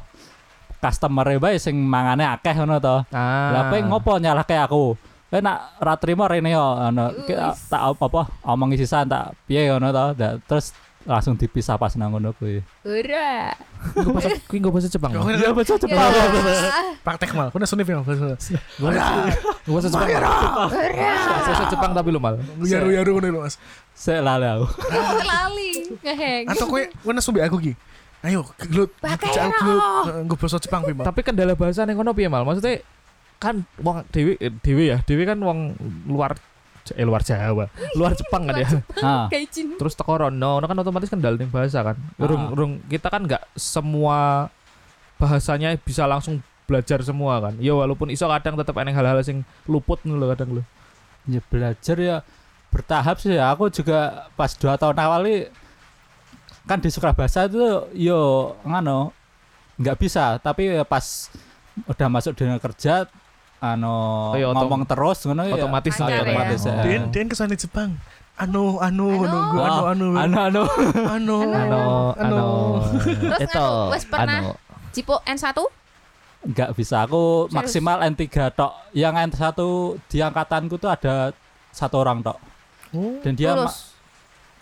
customer wae sing mangane akeh ngono to Ah. lah pe ngopo nyalahke aku Eh nak ra trimo rene yo ngono Ki- Wis. tak op- apa omongi sisan tak piye ngono to Dah, terus langsung dipisah pas nang ngono kuwi. Ora. Kuwi bahasa kuwi nggo bahasa Jepang. Kau Kuwi ini baca Ya. praktek mal. Kau ini sunif ya. bahasa Jepang. Bahasa Jepang tapi lu mal. Yaru yaru kau mas. Sik lali aku. Aku lali ngeheng. Atau kowe kowe nang sumbi aku ki. Ayo gelut. Pakai Jejak roh. gelut. Gue bosok Jepang pi mal. Tapi kendala bahasa ning kono piye mal? Maksudnya kan wong dewe eh, dewe ya, dewe kan wong luar eh, luar Jawa, luar Jepang kan ya. Ah. Gaijin. Terus teko rono, rono kan otomatis kendala ning bahasa kan. Ah. Urung urung kita kan nggak semua bahasanya bisa langsung belajar semua kan. Ya walaupun iso kadang tetep eneng hal-hal sing luput ngono lho kadang lho. ya belajar ya bertahap sih ya. aku juga pas dua tahun awal ini, kan di Sukrabasa itu yo ngano nggak bisa tapi ya pas udah masuk dunia kerja ano Kayak otom- ngomong terus ngono ya Otomatis Lancar ya. otomatis. Lancar. ya. Den den kesana Jepang. Anu anu Anu. anu gue anu Ah, anu ano ano anu. Ano ano. Eto, Terus nganu, Nah, anu. wes pernah? ano. Cipo N1. nggak bisa aku Serius? maksimal N3 tok yang N1 di angkatanku tuh ada satu orang tok Oh. dan dia Lulus.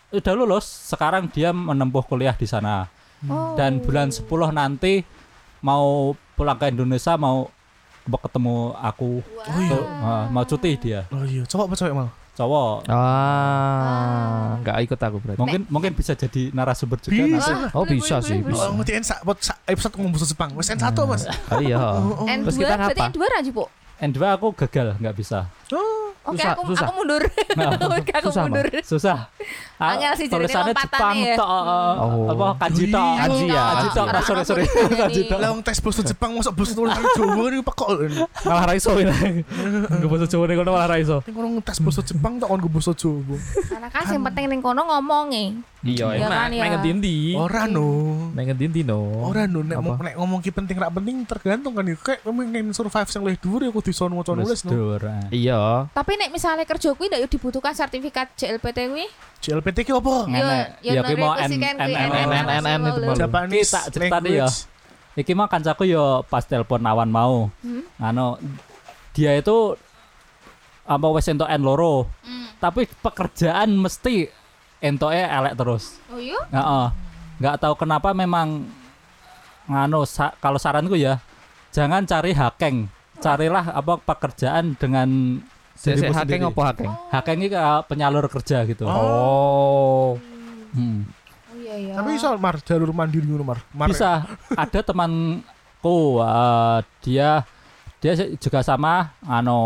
ma- udah lulus sekarang dia menempuh kuliah di sana Oh. dan bulan 10 nanti mau pulang ke Indonesia mau mau ketemu aku Oh iya. Tuh, ah, mau cuti dia Oh iya, cowok apa cewek mal? cowok Ah. Ah, nggak ikut aku berarti. mungkin mungkin bisa jadi narasumber juga Bisa. nanti. Wah, Oh, boleh, bisa boleh, sih, boleh, Oh, ngerti N1 buat sa- episode ngomong bahasa Jepang. Wes N1 mas. Oh, iya. boleh. N2 Terus kita berarti ngapa? N2 ra Cipo. N2 aku gagal nggak bisa Nah, Oke, Susah, aku susah. aku mundur. aku Susah, Mbak. mundur. susah Ah, Angel sih jadinya tulisannya lompatannya Jepang ya. tok Oh. apa kanji tok Kanji ya, kanji tok kanji. sorry sorry Aku kanji tok Lah wong tes bahasa Jepang mosok bahasa tulisan Jawa niku pekok. malah raiso ini nggak bahasa Jawa nih kono malah raiso Ning kono tes bahasa Jepang tok kon nggo bahasa Jawa. Karena kan sing penting ning kono ngomonge. Iya, Iya enak kan, ya. nang ngendi-endi Ora no. nang ngendi-endi no Oh. Ora no nek Apa? mo- nek ngomong ki penting ra penting tergantung kan iku kayak memang ingin survive sing luwih dhuwur ya kudu iso maca nulis no. Terus, dur, ah. Iya. Tapi Tapi nek misalnya kerja kuwi ndak yo dibutuhkan sertifikat JLPT kuwi. JLPT ki opo? Yo Enek. yo Iya, Ya, kuwi mau notifikasikan N- kuwi, N- NN, N- N- N itu lho. mau. Japanese Kita ceritanya language. ya. Iki mah kancaku yo pas telepon awan mau. Hmm. Anu dia itu apa wes entok N loro, Hmm. tapi pekerjaan mesti entoke elek terus. Oh yo. Heeh. Nggak tahu kenapa memang ngano sa- kalau saranku ya jangan cari hakeng. Carilah apa pekerjaan dengan Sik, sik, dirimu hakeng sendiri. apa hakeng? Iya. hakeng ini kayak penyalur kerja gitu. Oh. Oh. Hmm. Oh iya ya. Tapi iso Mar jalur mandiri ngono Mar. Mar- bisa ada temanku eh, dia dia se- juga sama ano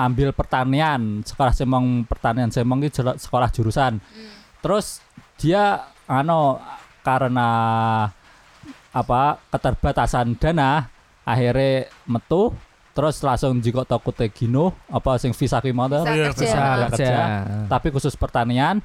ambil pertanian sekolah semong pertanian semong itu jela- sekolah jurusan terus dia ano karena apa keterbatasan dana akhirnya metu terus langsung jiko toko tegino apa sing visa kuwi mau Oh, tuh. Visa iya, kerja. visa Heeh. kerja. Hmm. tapi khusus pertanian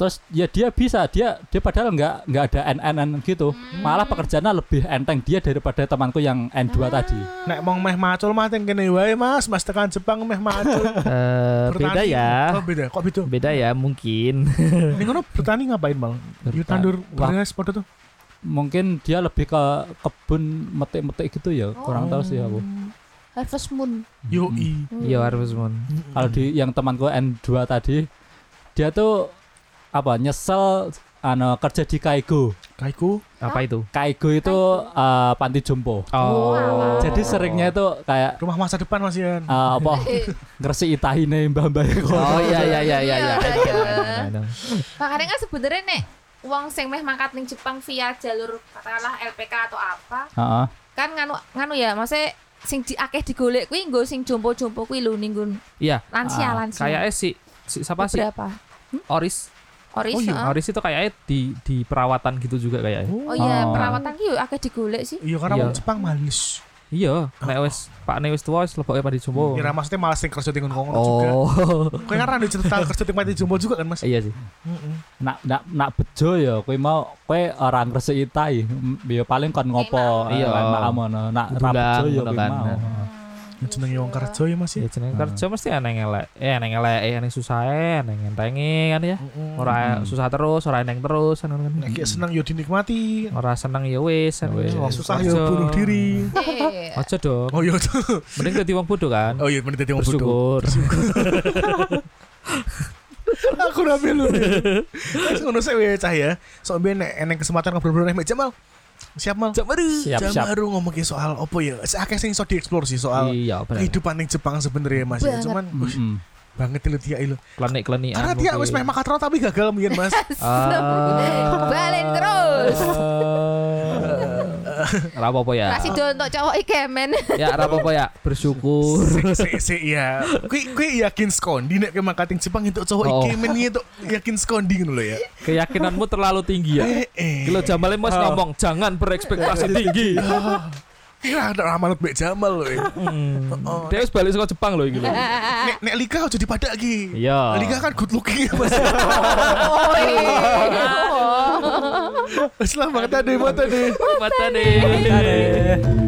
terus ya dia bisa dia dia padahal nggak nggak ada NNN gitu malah pekerjaannya lebih enteng dia daripada temanku yang N2 Ah. tadi Nek mong meh macul mah teng kene wae Mas, Mas tekan Jepang meh macul. Eh, beda Bertani. ya. Oh beda. Kok beda? Beda ya mungkin. Hmm. Ning ngono bertani ngapain mal? Yo tandur Wah. beras padha tuh. mungkin dia lebih ke kebun metik-metik gitu ya kurang tahu sih Oh. aku Harvest Moon. Yo i. Iya harus mon. kalau di yang temanku N2 tadi dia tuh apa nyesel ano kerja di Kaigo Kaiku. Apa itu? Kaigo itu eh, panti jompo Oh. Wow. jadi seringnya itu kayak Rumah masa depan Mas Yan. Ah. eh, apa ngersi itahine mbah-mbah Oh iya iya iya iya iya. Iya, I know, iya. I know, I know. Makanya kan sebenarnya nek uang sing meh mangkat ning Jepang via jalur katakanlah LPK atau apa Heeh. kan nganu nganu ya maksudnya sing di akeh digolek kuwi nggo sing jompo-jompo kuwi lho ning nggon Iya. lansia lansia Kayaknya si, si siapa sih? Beberapa? Oris. Oris ah. Oh iya, heeh. Oris itu kayaknya di di perawatan gitu juga kayaknya. Oh iya, Oh. perawatan ki yo akeh digolek sih. Iya karena Iya. wong Jepang males. Iya, nek wis Pak Ne wis tuwa wis leboke Pak Dijombo. Iya maksudnya malas sing kerja tinggal ngono juga. Oh. Kayaknya kan ada cerita kerja tinggal mati jumbo juga kan Mas? Iya sih. Heeh. nak nak nak bejo ya kowe mau kowe ora ngresiki tai M- ya paling kon ngopo Iya. enak amono nak ra Dulang, bejo ya ngono kowe kan. mau Jenenge wong kerja ya Mas Ya ya. jenenge kerja mesti eneng elek, eh eneng elek, eh eneng susah, eh, eneng entengi kan ya. Ora susah terus, ora eneng terus kan kan. Nek gak seneng yo dinikmati. Ora seneng ya wis, kan. Wis. Wong Susah kerja. yo bunuh diri. Eh, Aja dong. Oh iya tuh. Mending dadi wong bodoh kan. Oh iya bener tadi wong bodoh. Bersyukur. aku rapi lu terus ngono sih we cah ya so ben nek eneng kesempatan ngobrol-ngobrol nih Mbak Jamal siap mal Cak baru. siap siap Jamal ngomong soal opo ya akeh sing iso dieksplor sih soal Iya, bener. kehidupan ning Jepang sebenarnya Mas ya Banget. cuman wih, Mm-mm. banget lu dia lu Klenik-klenikan. karena dia wis meh mungkin. makatro tapi gagal mungkin Mas Ah. Balen terus. Eh, Ora apa-apa ya. Kasih do untuk cowok iki men. Ya ora apa-apa ya. Bersyukur. Sik, sik, sik, ya kui kui yakin skondi nek ke makating Jepang itu cowok Oh. iki men itu yakin skondi ngono lho ya Keyakinanmu terlalu tinggi ya. eh eh Kilo Jamal Mas ngomong jangan berekspektasi tinggi. kira ada amanat Mbak Jamal lho ya. Heeh. Dia wis balik saka Jepang loh iki lho. Nek, nek Lika aja dipadak lagi. Iya. Lika kan good looking ya mas. Setelah banget ada mata deh. Mata deh.